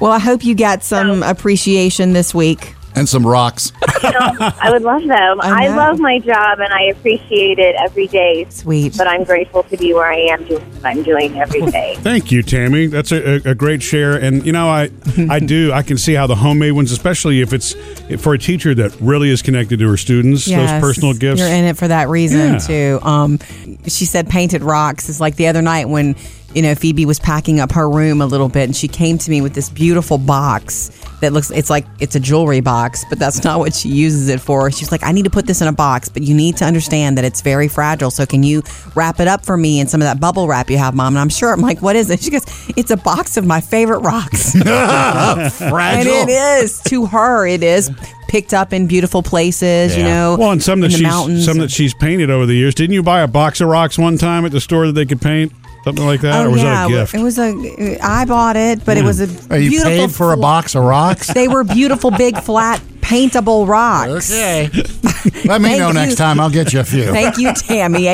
Speaker 2: Well, I hope you got some appreciation this week.
Speaker 3: and some rocks.
Speaker 9: [laughs] I would love them.
Speaker 2: I
Speaker 9: I,
Speaker 2: know.
Speaker 9: love my job and I appreciate it every day.
Speaker 2: Sweet.
Speaker 9: But I'm grateful to be where I am doing what I'm doing
Speaker 2: [laughs]
Speaker 9: every day.
Speaker 1: Thank you, Tammy. That's a, a, a great share, and you know, I I do I can see how the homemade ones, especially if it's for a teacher that really is connected to her students, those personal gifts.
Speaker 2: You're in it for that reason
Speaker 1: Yeah.
Speaker 2: too. Um, she said painted rocks is like the other night when you know, Phoebe was packing up her room a little bit and she came to me with this beautiful box that looks, it's like, it's a jewelry box, but that's [laughs] not what she uses it for. She's like, I need to put this in a box, but you need to understand that it's very fragile. So can you wrap it up for me in some of that bubble wrap you have, mom? And I'm sure, I'm like, what is it? She goes, it's a box of my favorite rocks.
Speaker 3: Fragile.
Speaker 2: And it is to her. It is picked up in beautiful places. You
Speaker 3: Yeah.
Speaker 2: know,
Speaker 1: Well, and some
Speaker 2: in
Speaker 1: that
Speaker 2: the
Speaker 1: she's
Speaker 2: mountains.
Speaker 1: some that she's painted over the years. Didn't you buy a box of rocks one time at the store that they could paint something like that,
Speaker 2: oh
Speaker 1: or was that
Speaker 2: yeah,
Speaker 1: a gift? Hmm.
Speaker 2: it was a. I bought it, but it was a
Speaker 3: Are you
Speaker 2: beautiful.
Speaker 3: paid for a
Speaker 2: fl-
Speaker 3: box
Speaker 2: [laughs]
Speaker 3: of rocks?
Speaker 2: They were beautiful, big, flat, paintable rocks.
Speaker 3: Let me
Speaker 2: Thank
Speaker 3: know next
Speaker 2: you.
Speaker 3: time. I'll get you a few.
Speaker 2: Thank you, Tammy.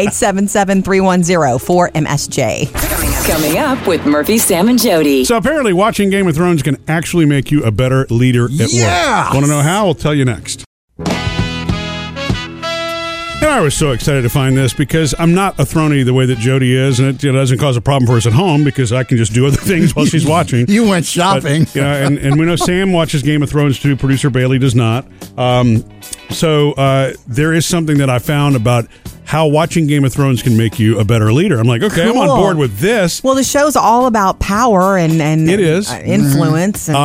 Speaker 2: 877-310-4MSJ.
Speaker 4: Coming up with Murphy, Sam, and Jody.
Speaker 1: so apparently, watching Game of Thrones can actually make you a better leader at
Speaker 3: Yeah!
Speaker 1: work. Want to know how? I'll tell you next. And I was so excited to find this because I'm not a throny the way that Jody is, and it, you know, doesn't cause a problem for us at home because I can just do other [laughs] things while she's watching.
Speaker 3: [laughs] You went shopping.
Speaker 1: But, you know,
Speaker 3: [laughs]
Speaker 1: and, and we know Sam watches Game of Thrones too. Producer Bailey does not. Um, so uh, there is something that I found about how watching Game of Thrones can make you a better leader. I'm like, okay, I'm on
Speaker 2: Cool.
Speaker 1: board with this.
Speaker 2: Well, the show's all about power and and
Speaker 1: It is. Um,
Speaker 2: uh, influence and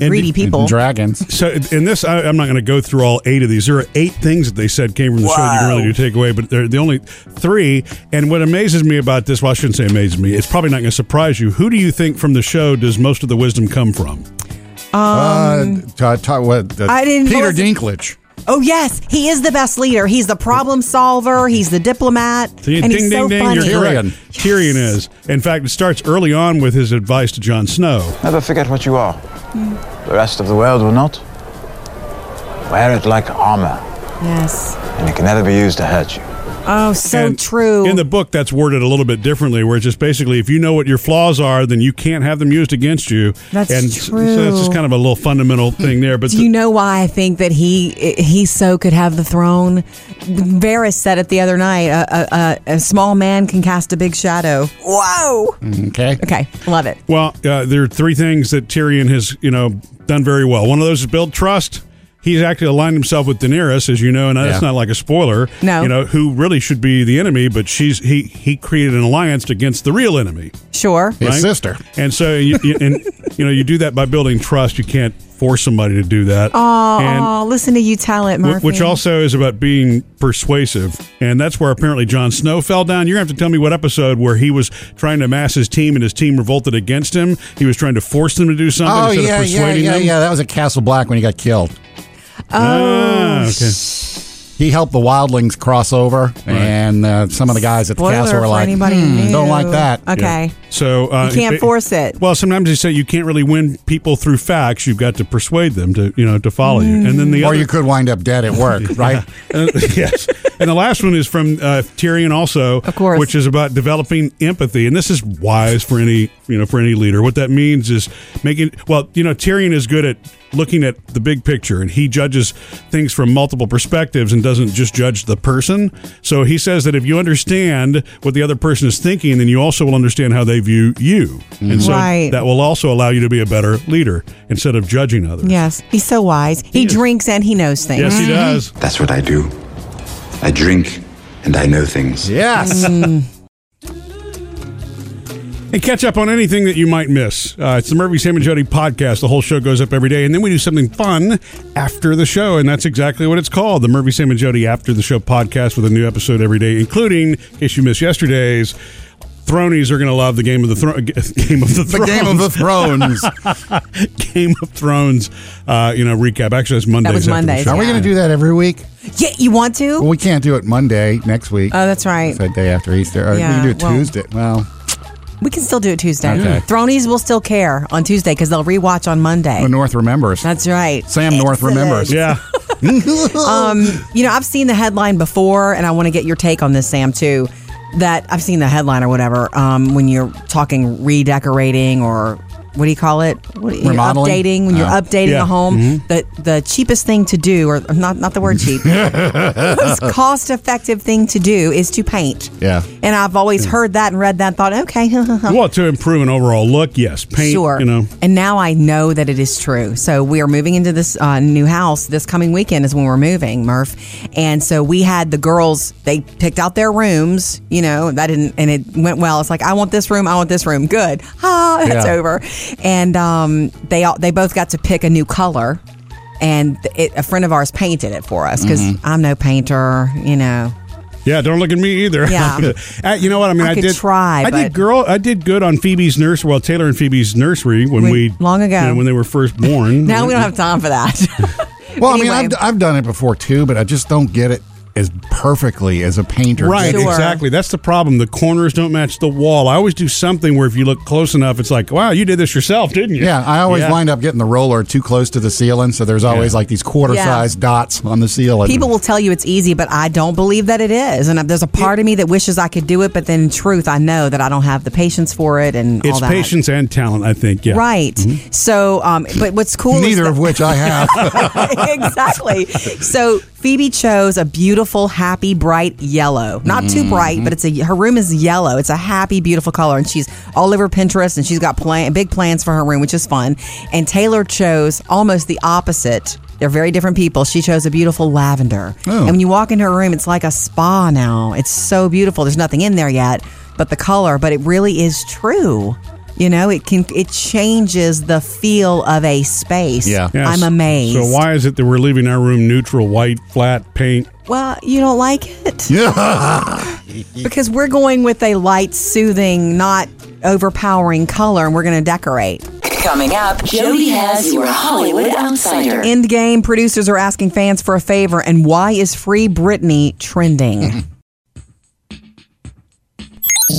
Speaker 1: and-
Speaker 2: greedy people.
Speaker 3: Dragons.
Speaker 1: So in this, I, I'm not going to go through all eight of these. There are eight things that they said came from the show that you can really do take away, but they're the only three. And what amazes me about this, well, I shouldn't say amazes me. It's probably not going to surprise you. Who do you think from the show does most of the wisdom come from?
Speaker 3: uh, t- t- what, uh,
Speaker 2: Um, I didn't-
Speaker 3: Peter
Speaker 2: what was it?
Speaker 3: Dinklage.
Speaker 2: Oh yes, he is the best leader. He's the problem solver. He's the diplomat,
Speaker 1: See,
Speaker 2: and he's so funny.
Speaker 1: You're correct.
Speaker 3: Tyrion.
Speaker 1: Tyrion is. In fact, it starts early on with his advice to Jon Snow.
Speaker 6: Never forget what you are. The rest of the world will not. Wear it like armor,
Speaker 2: Yes.
Speaker 6: and it can never be used to hurt you.
Speaker 2: Oh, so
Speaker 1: And
Speaker 2: true.
Speaker 1: In the book, that's worded a little bit differently, where it's just basically if you know what your flaws are, then you can't have them used against you.
Speaker 2: That's
Speaker 1: and s-
Speaker 2: true.
Speaker 1: So that's just kind of a little fundamental thing there. But
Speaker 2: Do you know why I think that he he so could have the throne? Varys said it the other night. A, a, a, a small man can cast a big shadow. Whoa.
Speaker 3: Mm, Okay.
Speaker 2: Okay, love it.
Speaker 1: Well, uh, there are three things that Tyrion has, you know, done very well. One of those is build trust. He's actually aligned himself with Daenerys, as you know, and that's
Speaker 3: Yeah.
Speaker 1: not like a spoiler.
Speaker 2: No.
Speaker 1: you know who really should be the enemy, but she's he he created an alliance against the real enemy,
Speaker 2: Sure.
Speaker 3: His
Speaker 1: right?
Speaker 3: sister.
Speaker 1: and so you, you, and [laughs] you know you do that by building trust. You can't force somebody to do that. And-
Speaker 2: Oh, listen to you tell it,
Speaker 1: Wh-
Speaker 2: Murphy.
Speaker 1: Which also is about being persuasive, and that's where apparently Jon Snow fell down. You're gonna have to tell me what episode where he was trying to mass his team, and his team revolted against him. He was trying to force them to do something
Speaker 3: Oh,
Speaker 1: instead
Speaker 3: yeah,
Speaker 1: of
Speaker 3: yeah,
Speaker 1: persuading
Speaker 3: yeah,
Speaker 1: them.
Speaker 3: yeah. That was at Castle Black when he got killed.
Speaker 2: Oh,
Speaker 1: Ah, okay.
Speaker 3: He helped the wildlings cross over, and uh, some of the guys at the
Speaker 2: Spoiler
Speaker 3: castle were
Speaker 2: for
Speaker 3: like,
Speaker 2: anybody
Speaker 3: "Hmm,
Speaker 2: new.
Speaker 3: don't like that.
Speaker 2: Okay.
Speaker 1: Yeah. So uh,
Speaker 2: You can't
Speaker 1: it-
Speaker 2: force it.
Speaker 1: Well, sometimes they say you can't really win people through facts. You've got to persuade them to you know to follow you. And then the
Speaker 3: Or
Speaker 1: other,
Speaker 3: you could wind up dead at
Speaker 1: [laughs]
Speaker 2: [laughs]
Speaker 3: work, right?
Speaker 1: Uh, yes. And the last one is from uh, Tyrion, also,
Speaker 2: Of course.
Speaker 1: which is about developing empathy, and this is wise for any you know for any leader. What that means is making well, you know, Tyrion is good at looking at the big picture, and he judges things from multiple perspectives and doesn't just judge the person. So he says that if you understand what the other person is thinking, then you also will understand how they view you, and so
Speaker 2: Right.
Speaker 1: that will also allow you to be a better leader instead of judging others.
Speaker 2: Yes, he's so wise. He,
Speaker 1: He is.
Speaker 2: drinks and he knows things.
Speaker 1: Yes, he does.
Speaker 10: That's what I do. I drink and I know things.
Speaker 3: Yes.
Speaker 2: Mm.
Speaker 1: And catch up on anything that you might miss. Uh, it's the Murphy, Sam, and Jody podcast. The whole show goes up every day. And then we do something fun after the show. And that's exactly what it's called the Murphy, Sam, and Jody After the Show podcast with a new episode every day, including, in case you missed yesterday's, Thronies are going to love the Game of the Throne. [laughs] Game of the
Speaker 3: the
Speaker 1: Thrones.
Speaker 3: Game of the
Speaker 1: [laughs]
Speaker 3: Thrones.
Speaker 1: Game of Thrones, [laughs] uh, you know, recap. Actually, that's Mondays. after the
Speaker 2: Mondays,
Speaker 1: show.
Speaker 3: Are we going to do that every week?
Speaker 2: Yeah, you want to?
Speaker 3: Well, we can't do it Monday next week.
Speaker 2: oh, that's right.
Speaker 3: It's the day after Easter. Or
Speaker 2: Yeah,
Speaker 3: we can do it
Speaker 2: well-
Speaker 3: Tuesday. Well,
Speaker 2: We can still do it Tuesday.
Speaker 3: Okay.
Speaker 2: Thronies will still care on Tuesday because they'll rewatch on Monday.
Speaker 3: when North remembers. [laughs]
Speaker 2: That's right.
Speaker 3: Sam North
Speaker 2: Excellent.
Speaker 3: remembers.
Speaker 1: Yeah.
Speaker 2: Um, you know, I've seen the headline before, and I want to get your take on this, Sam, too. That I've seen the headline or whatever um, when you're talking redecorating or what do you call it? What, you-
Speaker 3: Remodeling?
Speaker 2: Updating when you're
Speaker 3: Oh.
Speaker 2: updating
Speaker 3: Yeah.
Speaker 2: a home.
Speaker 3: Mhm.
Speaker 2: The the cheapest thing to do, or not not the word cheap, most cost effective thing to do is to paint.
Speaker 1: Yeah.
Speaker 2: And I've always heard that and read that and thought, okay, [laughs]
Speaker 3: [laughs]
Speaker 1: Well, to improve an overall look, yes. Paint,
Speaker 2: sure.
Speaker 1: you know.
Speaker 2: And now I know that it is true. So we are moving into this uh, new house this coming weekend is when we're moving, Murph. And so we had the girls. They picked out their rooms. You know that didn't, and it went well. It's like I want this room. I want this room. Good. [laughs] Ha, that's
Speaker 11: Yeah.
Speaker 2: over. And um, they all, they both got to pick a new color. And it, a friend of ours painted it for us because
Speaker 1: Mhm.
Speaker 2: I'm no painter, you know.
Speaker 1: Yeah, don't look at me either. [laughs]
Speaker 2: Yeah.
Speaker 1: Uh, you know what? I mean,
Speaker 2: I
Speaker 1: I,
Speaker 2: could
Speaker 1: did
Speaker 2: try,
Speaker 1: I did
Speaker 2: but-
Speaker 1: girl. I did good on Phoebe's nursery. Well, Taylor and Phoebe's nursery when
Speaker 2: When-
Speaker 1: we
Speaker 2: long ago.
Speaker 1: you know, when they were first born.
Speaker 2: [laughs] Now we don't have time for that. [laughs]
Speaker 3: Well,
Speaker 2: Anyway.
Speaker 3: I mean, I've, I've done it before too, but I just don't get it as perfectly as a painter.
Speaker 1: Right,
Speaker 3: gets it.
Speaker 1: exactly. That's the problem. The corners don't match the wall. I always do something where if you look close enough, it's like, wow, you did this yourself, didn't you?
Speaker 3: Yeah, I always
Speaker 1: Yeah.
Speaker 3: wind up getting the roller too close to the ceiling, so there's always
Speaker 1: Yeah.
Speaker 3: like these quarter-sized dots on the ceiling.
Speaker 2: People will tell you it's easy, but I don't believe that it is. And there's a part of me that wishes I could do it, but then in truth, I know that I don't have the patience for it and all
Speaker 1: It's
Speaker 2: that.
Speaker 1: patience and talent, I think. Yeah.
Speaker 2: Right. So, um, but what's cool is
Speaker 3: Neither of
Speaker 2: [laughs]
Speaker 3: which I have.
Speaker 2: exactly. So Phoebe chose a beautiful, happy, bright yellow. Not too bright, but it's a her room is yellow. It's a happy, beautiful color, and she's all over Pinterest, and she's got plan, big plans for her room, which is fun. And Taylor chose almost the opposite. They're very different people. She chose a beautiful lavender, and when you walk into her room, it's like a spa now. It's so beautiful. There's nothing in there yet, but the color. But it really is true. You know, it can it changes the feel of a space.
Speaker 1: Yes.
Speaker 2: I'm amazed.
Speaker 1: So why is it that we're leaving our room neutral, white, flat paint?
Speaker 2: Well, you don't like
Speaker 4: [laughs]
Speaker 2: it.
Speaker 1: Yeah.
Speaker 2: [laughs] Because we're going with a light, soothing, not overpowering color, and we're going to decorate.
Speaker 4: Coming up, Jody has your Hollywood Outsider.
Speaker 2: End game producers are asking fans for a favor, and why is Free Britney
Speaker 4: [laughs]
Speaker 2: trending?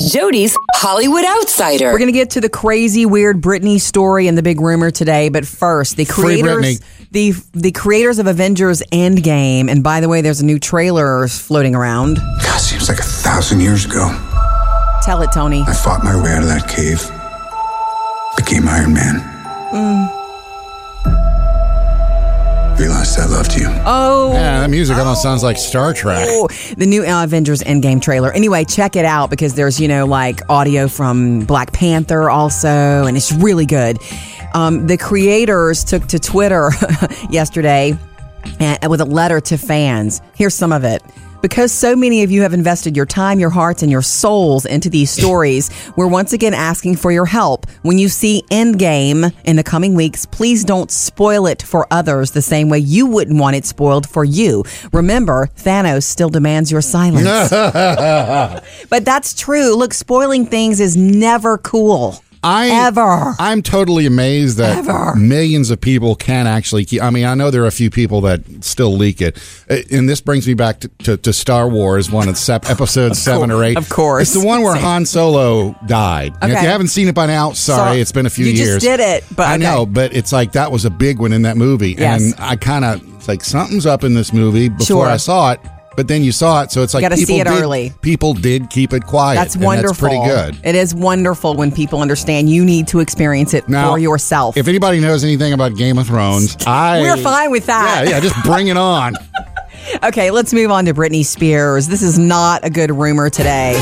Speaker 4: Jody's Hollywood Outsider.
Speaker 2: We're going to get to the crazy, weird Britney story and the big rumor today. But first, the
Speaker 4: Free Britney.
Speaker 2: creators, the the creators of Avengers Endgame, and by the way, there's a new trailer floating around.
Speaker 10: God, seems like a thousand years ago.
Speaker 2: Tell it, Tony.
Speaker 10: I fought my way out of that cave, became Iron Man,
Speaker 2: Mm.
Speaker 10: realized I loved you.
Speaker 2: Oh,
Speaker 3: Yeah, that music almost sounds like Star Trek.
Speaker 2: Oh, the new Avengers Endgame trailer. Anyway, check it out because there's, you know, like audio from Black Panther also, and it's really good. Um, the creators took to Twitter [laughs] yesterday and, with a letter to fans. Here's some of it. Because so many of you have invested your time, your hearts, and your souls into these stories, we're once again asking for your help. When you see Endgame in the coming weeks, please don't spoil it for others the same way you wouldn't want it spoiled for you. Remember, Thanos still demands your silence. but that's true. Look, spoiling things is never cool.
Speaker 3: I
Speaker 2: ever.
Speaker 3: I'm totally amazed that millions of people can actually keep. I mean, I know there are a few people that still leak it, Uh, and this brings me back to, to, to Star Wars one, it's sep- episode seven or eight.
Speaker 2: of course.
Speaker 3: it's the one where Han Solo died. And if
Speaker 2: Okay.
Speaker 3: you haven't seen it by now, sorry,
Speaker 2: So-
Speaker 3: it's been a few
Speaker 2: you
Speaker 3: years.
Speaker 2: just did it, but
Speaker 3: I
Speaker 2: okay.
Speaker 3: know, but it's like that was a big one in that movie,
Speaker 2: Yes.
Speaker 3: and I kind of it's like something's up in this movie before
Speaker 2: Sure.
Speaker 3: I saw it. But then you saw it, so it's like
Speaker 2: gotta see
Speaker 3: people
Speaker 2: it
Speaker 3: did-
Speaker 2: early.
Speaker 3: People did keep it quiet.
Speaker 2: That's
Speaker 3: and
Speaker 2: wonderful.
Speaker 3: That's pretty good.
Speaker 2: It is wonderful when people understand you need to experience it
Speaker 3: Now-
Speaker 2: for yourself.
Speaker 3: If anybody knows anything about Game of Thrones, I
Speaker 2: [laughs] We're fine with that.
Speaker 3: Yeah, yeah, just bring it
Speaker 2: [laughs]
Speaker 3: on.
Speaker 2: Okay, let's move on to Britney Spears. This is not a good rumor today.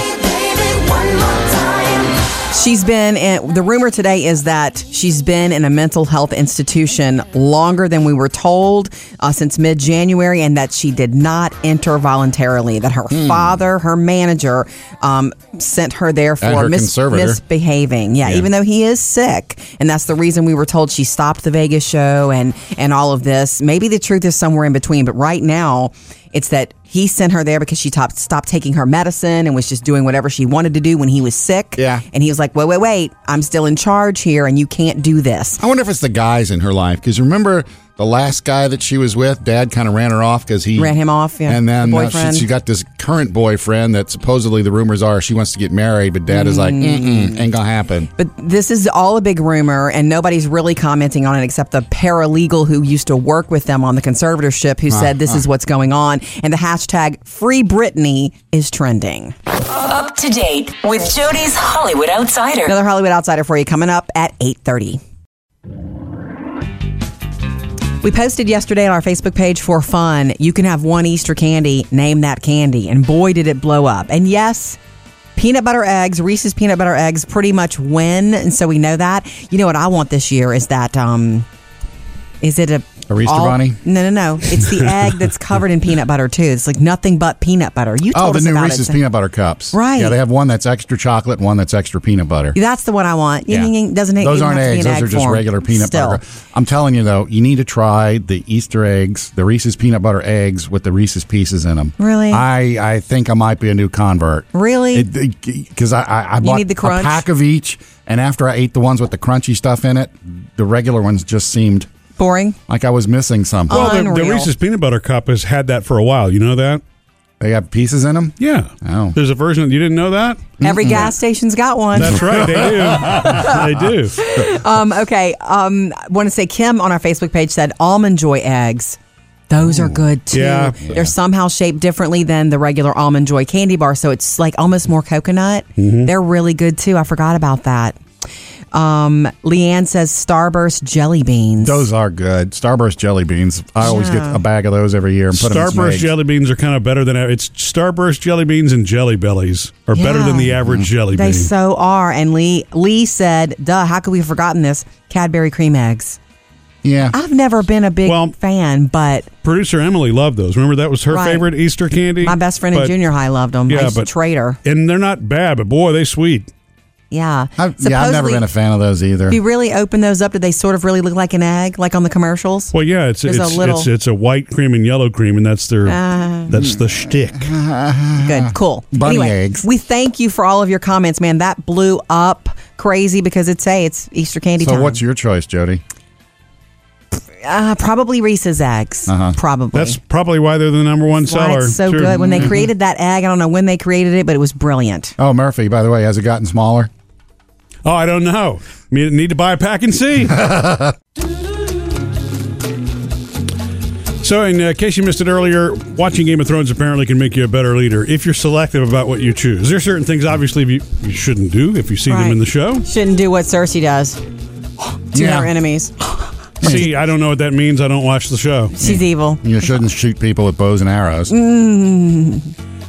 Speaker 2: She's been in, the rumor today is that she's been in a mental health institution longer than we were told uh, since mid January, and that she did not enter voluntarily. That her
Speaker 3: Hmm.
Speaker 2: father, her manager, um, sent her there
Speaker 3: And
Speaker 2: for
Speaker 3: her conservator.
Speaker 2: misbehaving. Yeah,
Speaker 3: Yeah.
Speaker 2: even though he is sick, and that's the reason we were told she stopped the Vegas show and and all of this. Maybe the truth is somewhere in between, but right now it's that he sent her there because she top, stopped taking her medicine and was just doing whatever she wanted to do when he was sick. Yeah, and he was like, "Wait, wait, wait! I'm still in charge here, and you can't do this."
Speaker 3: I wonder if it's the guys in her life because remember The last guy that she was with, dad kind of ran her off because he
Speaker 2: Ran him off, yeah.
Speaker 3: And then
Speaker 2: The
Speaker 3: uh, she,
Speaker 2: boyfriend.
Speaker 3: she got this current boyfriend that supposedly the rumors are she wants to get married, but dad is like,
Speaker 2: Mm.
Speaker 3: Mm-mm, ain't gonna happen.
Speaker 2: But this is all a big rumor, and nobody's really commenting on it except the paralegal who used to work with them on the conservatorship who said this is what's going on. And the hashtag Free Britney is trending.
Speaker 4: Up to date with Jody's Hollywood Outsider.
Speaker 2: Another Hollywood Outsider for you coming up at 8.30. We posted yesterday on our Facebook page for fun. You can have one Easter candy, name that candy. And boy, did it blow up. And yes, peanut butter eggs, Reese's peanut butter eggs pretty much win. And so we know that. You know what I want this year is that, um, is it a.
Speaker 3: A Reeser Bunny?
Speaker 2: No, no, no. It's the egg that's covered in peanut butter, too. It's like nothing but peanut butter. You told
Speaker 3: Oh, the
Speaker 2: us
Speaker 3: new
Speaker 2: about
Speaker 3: Reese's
Speaker 2: it.
Speaker 3: peanut butter cups.
Speaker 2: Right.
Speaker 3: Yeah, they have one that's extra chocolate, and one that's extra peanut butter.
Speaker 2: That's the one I want. Ying,
Speaker 3: Yeah.
Speaker 2: ying, ying. Doesn't it?
Speaker 3: Those
Speaker 2: even
Speaker 3: aren't
Speaker 2: have to be
Speaker 3: eggs.
Speaker 2: an
Speaker 3: Those
Speaker 2: egg
Speaker 3: are just
Speaker 2: form.
Speaker 3: regular peanut
Speaker 2: Still.
Speaker 3: butter. I'm telling you though, you need to try the Easter eggs, the Reese's peanut butter eggs with the Reese's pieces in them.
Speaker 2: Really?
Speaker 3: I, I think I might be a new convert.
Speaker 2: Really?
Speaker 3: Because I, I, I bought
Speaker 2: need the
Speaker 3: a
Speaker 2: crunch?
Speaker 3: pack of each, and after I ate the ones with the crunchy stuff in it, the regular ones just seemed
Speaker 2: Boring.
Speaker 3: like I was missing something.
Speaker 2: Uh.
Speaker 1: Well, the, the
Speaker 2: Unreal.
Speaker 1: Reese's peanut butter cup has had that for a while. You know that?
Speaker 3: They have pieces in them.
Speaker 1: Yeah.
Speaker 3: Oh.
Speaker 1: There's a version. You didn't know that?
Speaker 2: Every gas station's got one.
Speaker 1: That's right. They
Speaker 3: [laughs]
Speaker 1: do. they do.
Speaker 2: [laughs] Um, okay. Um, I want to say Kim on our Facebook page said almond joy eggs. Those are good too.
Speaker 1: Yeah.
Speaker 2: They're somehow shaped differently than the regular almond joy candy bar, so it's like almost more coconut.
Speaker 3: Mm-hmm.
Speaker 2: They're really good too. I forgot about that. Um, Leanne says Starburst jelly beans.
Speaker 3: Those are good. Starburst jelly beans. I always
Speaker 2: Yeah.
Speaker 3: get a bag of those every year and put 'em in some
Speaker 1: Starburst
Speaker 3: eggs.
Speaker 1: jelly beans are kind of better than it's Starburst jelly beans and jelly bellies are better
Speaker 2: Yeah.
Speaker 1: than the average
Speaker 3: Mm-hmm.
Speaker 1: jelly
Speaker 2: they
Speaker 1: bean.
Speaker 2: so are. And Lee Lee said, "Duh, how could we have forgotten this? Cadbury cream eggs."
Speaker 3: Yeah.
Speaker 2: I've never been a big
Speaker 1: Well-
Speaker 2: fan, but
Speaker 1: Producer Emily loved those. Remember that was her
Speaker 2: Right.
Speaker 1: favorite Easter candy.
Speaker 2: my best friend in
Speaker 1: But-
Speaker 2: junior high loved them. I
Speaker 1: Yeah,
Speaker 2: used
Speaker 1: but-
Speaker 2: to trade her.
Speaker 1: And they're not bad, but boy, are they sweet.
Speaker 2: Yeah.
Speaker 3: I've, yeah, I've never
Speaker 2: Supposedly-
Speaker 3: been a fan of those either.
Speaker 2: If you really open those up, do they sort of really look like an egg, like on the commercials?
Speaker 1: Well, yeah, it's
Speaker 2: There's
Speaker 1: it's,
Speaker 2: a little-
Speaker 1: it's it's a white cream and yellow cream, and that's their
Speaker 2: Ah. Mm-hmm.
Speaker 1: that's the shtick.
Speaker 2: Good, cool.
Speaker 3: Uh-huh. Bunny
Speaker 2: anyway,
Speaker 3: eggs.
Speaker 2: We thank you for all of your comments, man. That blew up crazy because it's hey, it's Easter candy
Speaker 3: so
Speaker 2: time.
Speaker 3: what's your choice, Jody?
Speaker 2: uh, probably Reese's eggs?
Speaker 3: Uh-huh.
Speaker 2: Probably.
Speaker 1: That's Mm-hmm. probably why they're the number one
Speaker 2: Why
Speaker 1: seller.
Speaker 2: it's so
Speaker 1: Sure.
Speaker 2: good when they created that egg. I don't know when they created it, but it was brilliant.
Speaker 3: Oh, Murphy, by the way, has it gotten smaller?
Speaker 1: Oh, I don't know. Me- Need to buy a pack and see. So, in uh, case you missed it earlier, watching Game of Thrones apparently can make you a better leader if you're selective about what you choose. There are certain things, obviously, you, you shouldn't do if you see them
Speaker 2: Right.
Speaker 1: in the show.
Speaker 2: Shouldn't do what Cersei does to
Speaker 3: Yeah.
Speaker 2: our enemies. [gasps]
Speaker 1: See, I don't know what that means. I don't watch the show.
Speaker 2: She's evil.
Speaker 3: You shouldn't shoot people with bows and arrows.
Speaker 2: Mm.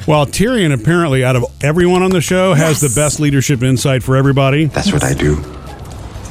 Speaker 1: Well, Tyrion apparently, out of everyone on the show, has
Speaker 2: Yes.
Speaker 1: the best leadership insight for everybody.
Speaker 10: That's what I do.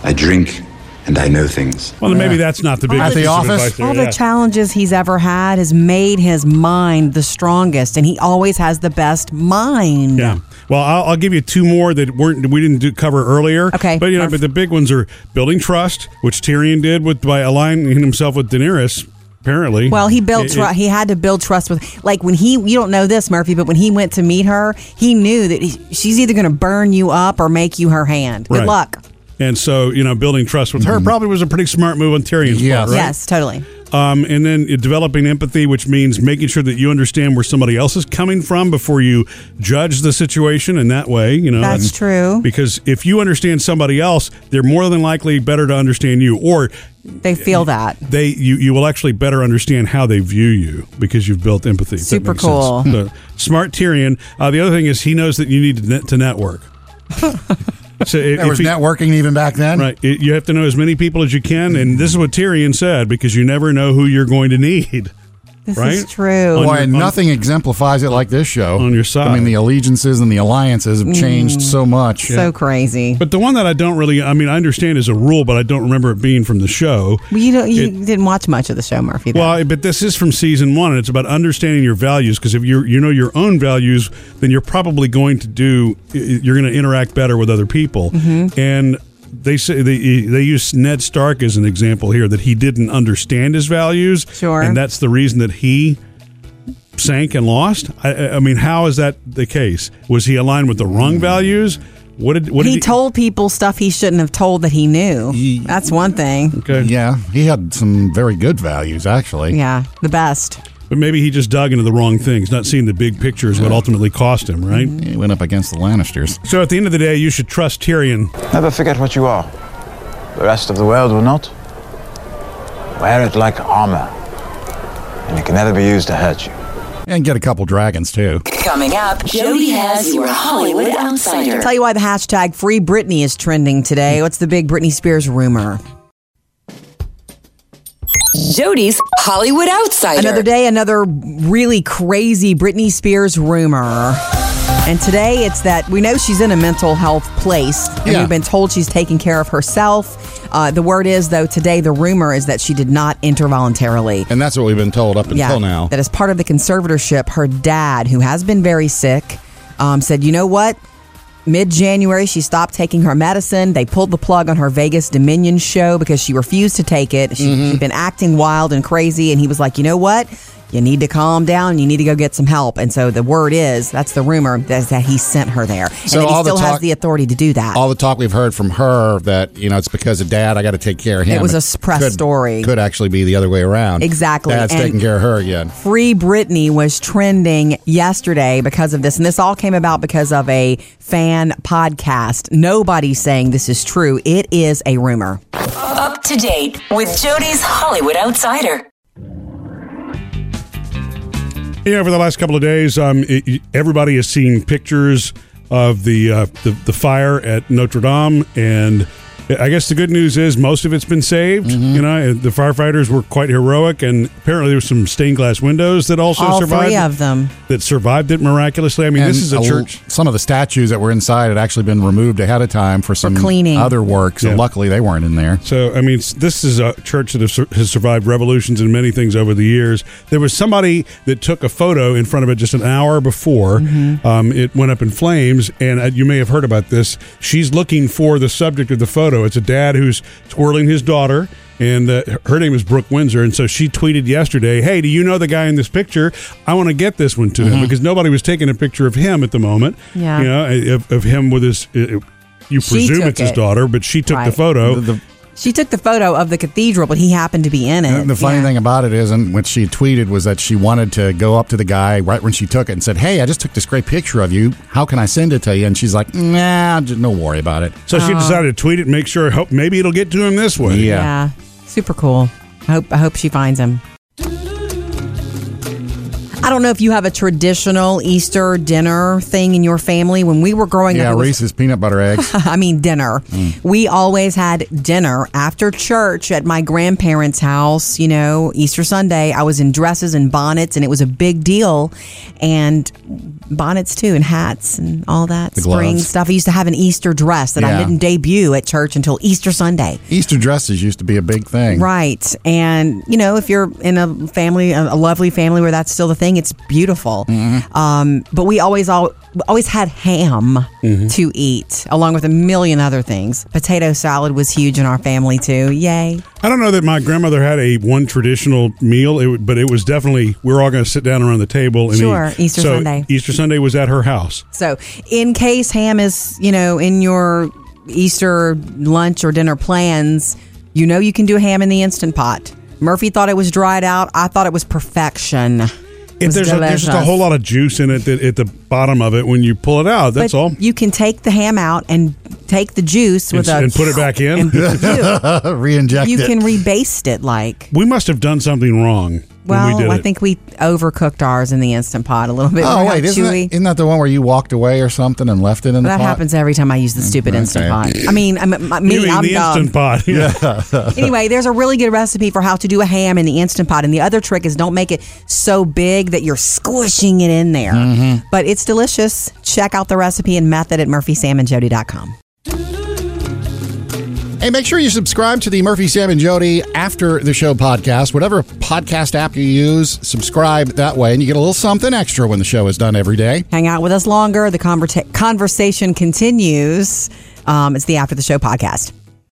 Speaker 10: I drink and I know things.
Speaker 1: Well, then maybe that's not the biggest
Speaker 3: At the
Speaker 1: piece of
Speaker 3: office?
Speaker 1: advice there,
Speaker 2: All
Speaker 1: yeah.
Speaker 2: the challenges he's ever had has made his mind the strongest, and he always has the best mind.
Speaker 1: Yeah. Well, I'll, I'll give you two more that weren't we didn't do, cover earlier.
Speaker 2: Okay.
Speaker 1: But you know,
Speaker 2: Perf-
Speaker 1: but the big ones are building trust, which Tyrion did with by aligning himself with Daenerys. Apparently.
Speaker 2: Well, he built
Speaker 1: It- it-
Speaker 2: trust. He had to build trust with, like, when he, you don't know this, Murphy, but when he went to meet her, he knew that he, she's either going to burn you up or make you her hand. Good
Speaker 1: Right.
Speaker 2: luck.
Speaker 1: and so you know, building trust with her
Speaker 2: Mm-hmm.
Speaker 1: probably was a pretty smart move on Tyrion's
Speaker 3: Yes.
Speaker 1: part, right?
Speaker 2: Yes, totally.
Speaker 1: Um, and then uh, developing empathy, which means making sure that you understand where somebody else is coming from before you judge the situation. And that way, you know,
Speaker 2: That's
Speaker 1: and-
Speaker 2: true.
Speaker 1: Because if you understand somebody else, they're more than likely better to understand you, or
Speaker 2: They feel that.
Speaker 1: they you you will actually better understand how they view you because you've built empathy. If that
Speaker 2: Super
Speaker 1: makes sense.
Speaker 2: cool.
Speaker 1: So, smart Tyrion. Uh, the other thing is he knows that you need to, net, to
Speaker 2: [laughs]
Speaker 1: network. so if,
Speaker 3: There
Speaker 1: if
Speaker 3: was
Speaker 1: he-
Speaker 3: networking even back then.
Speaker 1: Right, i- you have to know as many people as you can, and this is what Tyrion said because you never know who you're going to need
Speaker 2: This
Speaker 1: Right?
Speaker 2: is true.
Speaker 1: On
Speaker 3: Boy,
Speaker 1: your-
Speaker 3: and nothing exemplifies it like this show.
Speaker 1: on your side.
Speaker 3: I mean, the allegiances and the alliances have changed so much.
Speaker 2: Mm. So crazy.
Speaker 1: But the one that I don't really, I mean, I understand is a rule, but I don't remember it being from the show.
Speaker 2: Well, you don't, you
Speaker 1: It-
Speaker 2: didn't watch much of the show, Murphy. though.
Speaker 1: Well, but this is from season one, and it's about understanding your values. Because if you you know your own values, then you're probably going to do you're going to interact better with other people.
Speaker 2: Mm-hmm.
Speaker 1: And they say they they use Ned Stark as an example here that he didn't understand his values,
Speaker 2: Sure.
Speaker 1: and that's the reason that he sank and lost. I, I mean, how is that the case? Was he aligned with the wrong values? What did what did
Speaker 2: he told people stuff he shouldn't have told that he knew. That's one thing.
Speaker 1: Okay.
Speaker 3: Yeah, he had some very good values, actually.
Speaker 2: Yeah, the best.
Speaker 1: But maybe he just dug into the wrong things, not seeing the big picture is what ultimately cost him, right?
Speaker 2: Mm-hmm.
Speaker 3: He went up against the Lannisters.
Speaker 1: So at the end of the day, you should trust Tyrion.
Speaker 6: Never forget what you are. The rest of the world will not. Wear it like armor, and it can never be used to hurt you.
Speaker 3: And get a couple dragons, too.
Speaker 4: Coming up, Jody has your Hollywood Outsider.
Speaker 2: Tell you why the hashtag Free Britney is trending today. What's the big Britney Spears rumor?
Speaker 4: Jody's Hollywood Outsider.
Speaker 2: Another day, another really crazy Britney Spears rumor. And today it's that we know she's in a mental health place. And
Speaker 3: Yeah.
Speaker 2: we've been told she's taking care of herself. Uh, the word is, though, today the rumor is that she did not enter voluntarily.
Speaker 3: And that's what we've been told up until now.
Speaker 2: That as part of the conservatorship, her dad, who has been very sick, um, said, you know what? Mid January, she stopped taking her medicine. They pulled the plug on her Vegas Dominion show because she refused to take it. She,
Speaker 3: Mm-hmm.
Speaker 2: She'd been acting wild and crazy. And he was like, you know what? You need to calm down. You need to go get some help. And so the word is that's the rumor that's that he sent her there. And
Speaker 3: So
Speaker 2: that he
Speaker 3: all the
Speaker 2: still has
Speaker 3: talk-
Speaker 2: the authority to do that.
Speaker 3: All the talk we've heard from her that, you know, it's because of dad, I got to take care of him.
Speaker 2: It was a suppressed
Speaker 3: could-
Speaker 2: story.
Speaker 3: Could actually be the other way around.
Speaker 2: Exactly,
Speaker 3: Dad's
Speaker 2: and-
Speaker 3: taking care of her again.
Speaker 2: Free Britney was trending yesterday because of this. And this all came about because of a fan podcast. Nobody's saying this is true. It is a rumor.
Speaker 4: Up to date with Jody's Hollywood Outsider.
Speaker 1: You know, over the last couple of days, um, it, it- everybody is seeing pictures of the, uh, the the fire at Notre Dame, and I guess the good news is most of it's been saved.
Speaker 2: Mm-hmm.
Speaker 1: You know, and the firefighters were quite heroic, and apparently there were some stained glass windows that also
Speaker 2: all
Speaker 1: survived.
Speaker 2: three of them.
Speaker 1: that survived it miraculously. I mean, this is a
Speaker 3: l-
Speaker 1: church.
Speaker 3: Some of the statues that were inside had actually been removed ahead of time for some
Speaker 2: cleaning.
Speaker 3: other work. So
Speaker 1: Yeah.
Speaker 3: luckily they weren't in there.
Speaker 1: So, I mean, s- this is a church that have sur- has survived revolutions and many things over the years. There was somebody that took a photo in front of it just an hour before
Speaker 2: Mm-hmm.
Speaker 1: um, it went up in flames, and uh, you may have heard about this. She's looking for the subject of the photo. It's a dad who's twirling his daughter, and uh, her name is Brooke Windsor. And so she tweeted yesterday, "Hey, do you know the guy in this picture? I want to get this one to him because nobody was taking a picture of him at the moment.
Speaker 2: Mm-hmm. Yeah.
Speaker 1: you know, of, of him with his." uh, you
Speaker 2: She
Speaker 1: presume
Speaker 2: took
Speaker 1: it's his
Speaker 2: it.
Speaker 1: daughter, but she took the
Speaker 2: Right.
Speaker 1: photo.
Speaker 3: The- the-
Speaker 2: She took the photo of the cathedral, but he happened to be in it.
Speaker 3: And the funny
Speaker 2: Yeah.
Speaker 3: thing about it is, and what she tweeted was that she wanted to go up to the guy right when she took it and said, "Hey, I just took this great picture of you. How can I send it to you?" And she's like, "Nah, j- don't worry about it."
Speaker 1: So she decided to tweet it, make sure, hope maybe it'll get to him this way.
Speaker 3: Yeah.
Speaker 2: Um, Yeah. Super cool. I hope I hope she finds him. I don't know if you have a traditional Easter dinner thing in your family. When we were growing up,
Speaker 3: Yeah,
Speaker 2: it was
Speaker 3: Reese's peanut
Speaker 2: [laughs]
Speaker 3: butter eggs.
Speaker 2: I mean dinner.
Speaker 3: Mm.
Speaker 2: We always had dinner after church at my grandparents' house, you know, Easter Sunday. I was in dresses and bonnets and it was a big deal and bonnets too and hats and all that
Speaker 3: The
Speaker 2: spring
Speaker 3: gloves.
Speaker 2: stuff. I used to have an Easter dress that I
Speaker 3: Yeah.
Speaker 2: didn't debut at church until Easter Sunday.
Speaker 3: Easter dresses used to be a big thing. [laughs]
Speaker 2: Right. And, you know, if you're in a family, a a lovely family where that's still the thing, it's beautiful.
Speaker 1: Mm-hmm.
Speaker 2: Um, but we always all, always had ham
Speaker 1: Mm-hmm.
Speaker 2: to eat, along with a million other things. Potato salad was huge in our family, too. Yay.
Speaker 1: I don't know that my grandmother had a one traditional meal, it, would- but it was definitely we're all going to sit down around the table and
Speaker 2: Sure,
Speaker 1: eat.
Speaker 2: Easter
Speaker 1: So
Speaker 2: Sunday.
Speaker 1: Easter Sunday was at her house.
Speaker 2: So, in case ham is, you know, in your Easter lunch or dinner plans, you know you can do ham in the Instant Pot. Murphy thought it was dried out. I thought it was perfection. It
Speaker 1: If
Speaker 2: was
Speaker 1: there's, a, there's just a
Speaker 2: delicious.
Speaker 1: whole lot of juice in it that, at the bottom of it when you pull it out. That's
Speaker 2: but
Speaker 1: all.
Speaker 2: You can take the ham out and take the juice with
Speaker 1: And-
Speaker 2: a
Speaker 1: and put it back in?
Speaker 2: and you,
Speaker 3: [laughs] Reinject
Speaker 2: you
Speaker 3: it.
Speaker 2: can rebaste it like.
Speaker 1: we must have done something wrong [laughs] when
Speaker 2: Well,
Speaker 1: we did
Speaker 2: I
Speaker 1: it.
Speaker 2: think we overcooked ours in the instant pot a little bit.
Speaker 3: oh
Speaker 2: Remember how
Speaker 3: wait, isn't that,
Speaker 2: chewy.
Speaker 3: isn't that the one where you walked away or something and left it in the
Speaker 2: that
Speaker 3: pot? Mm,
Speaker 2: happens every time I use the stupid instant
Speaker 3: okay.
Speaker 2: pot.
Speaker 1: [laughs]
Speaker 2: I mean, I mean my-
Speaker 1: You
Speaker 2: me,
Speaker 1: mean
Speaker 2: I'm
Speaker 1: the
Speaker 2: dumb.
Speaker 1: instant pot? [laughs] Yeah.
Speaker 2: anyway, there's a really good recipe for how to do a ham in the instant pot, and the other trick is don't make it so big that you're squishing it in there.
Speaker 3: Mm-hmm.
Speaker 2: But it's delicious. Check out the recipe and method at murphysamandjody.com.
Speaker 3: Hey, make sure you subscribe to the Murphy, Sam, and Jody After the Show podcast. Whatever podcast app you use, subscribe that way, and you get a little something extra when the show is done every day.
Speaker 2: hang out with us longer. The conversa- conversation continues. Um, it's the After the Show podcast.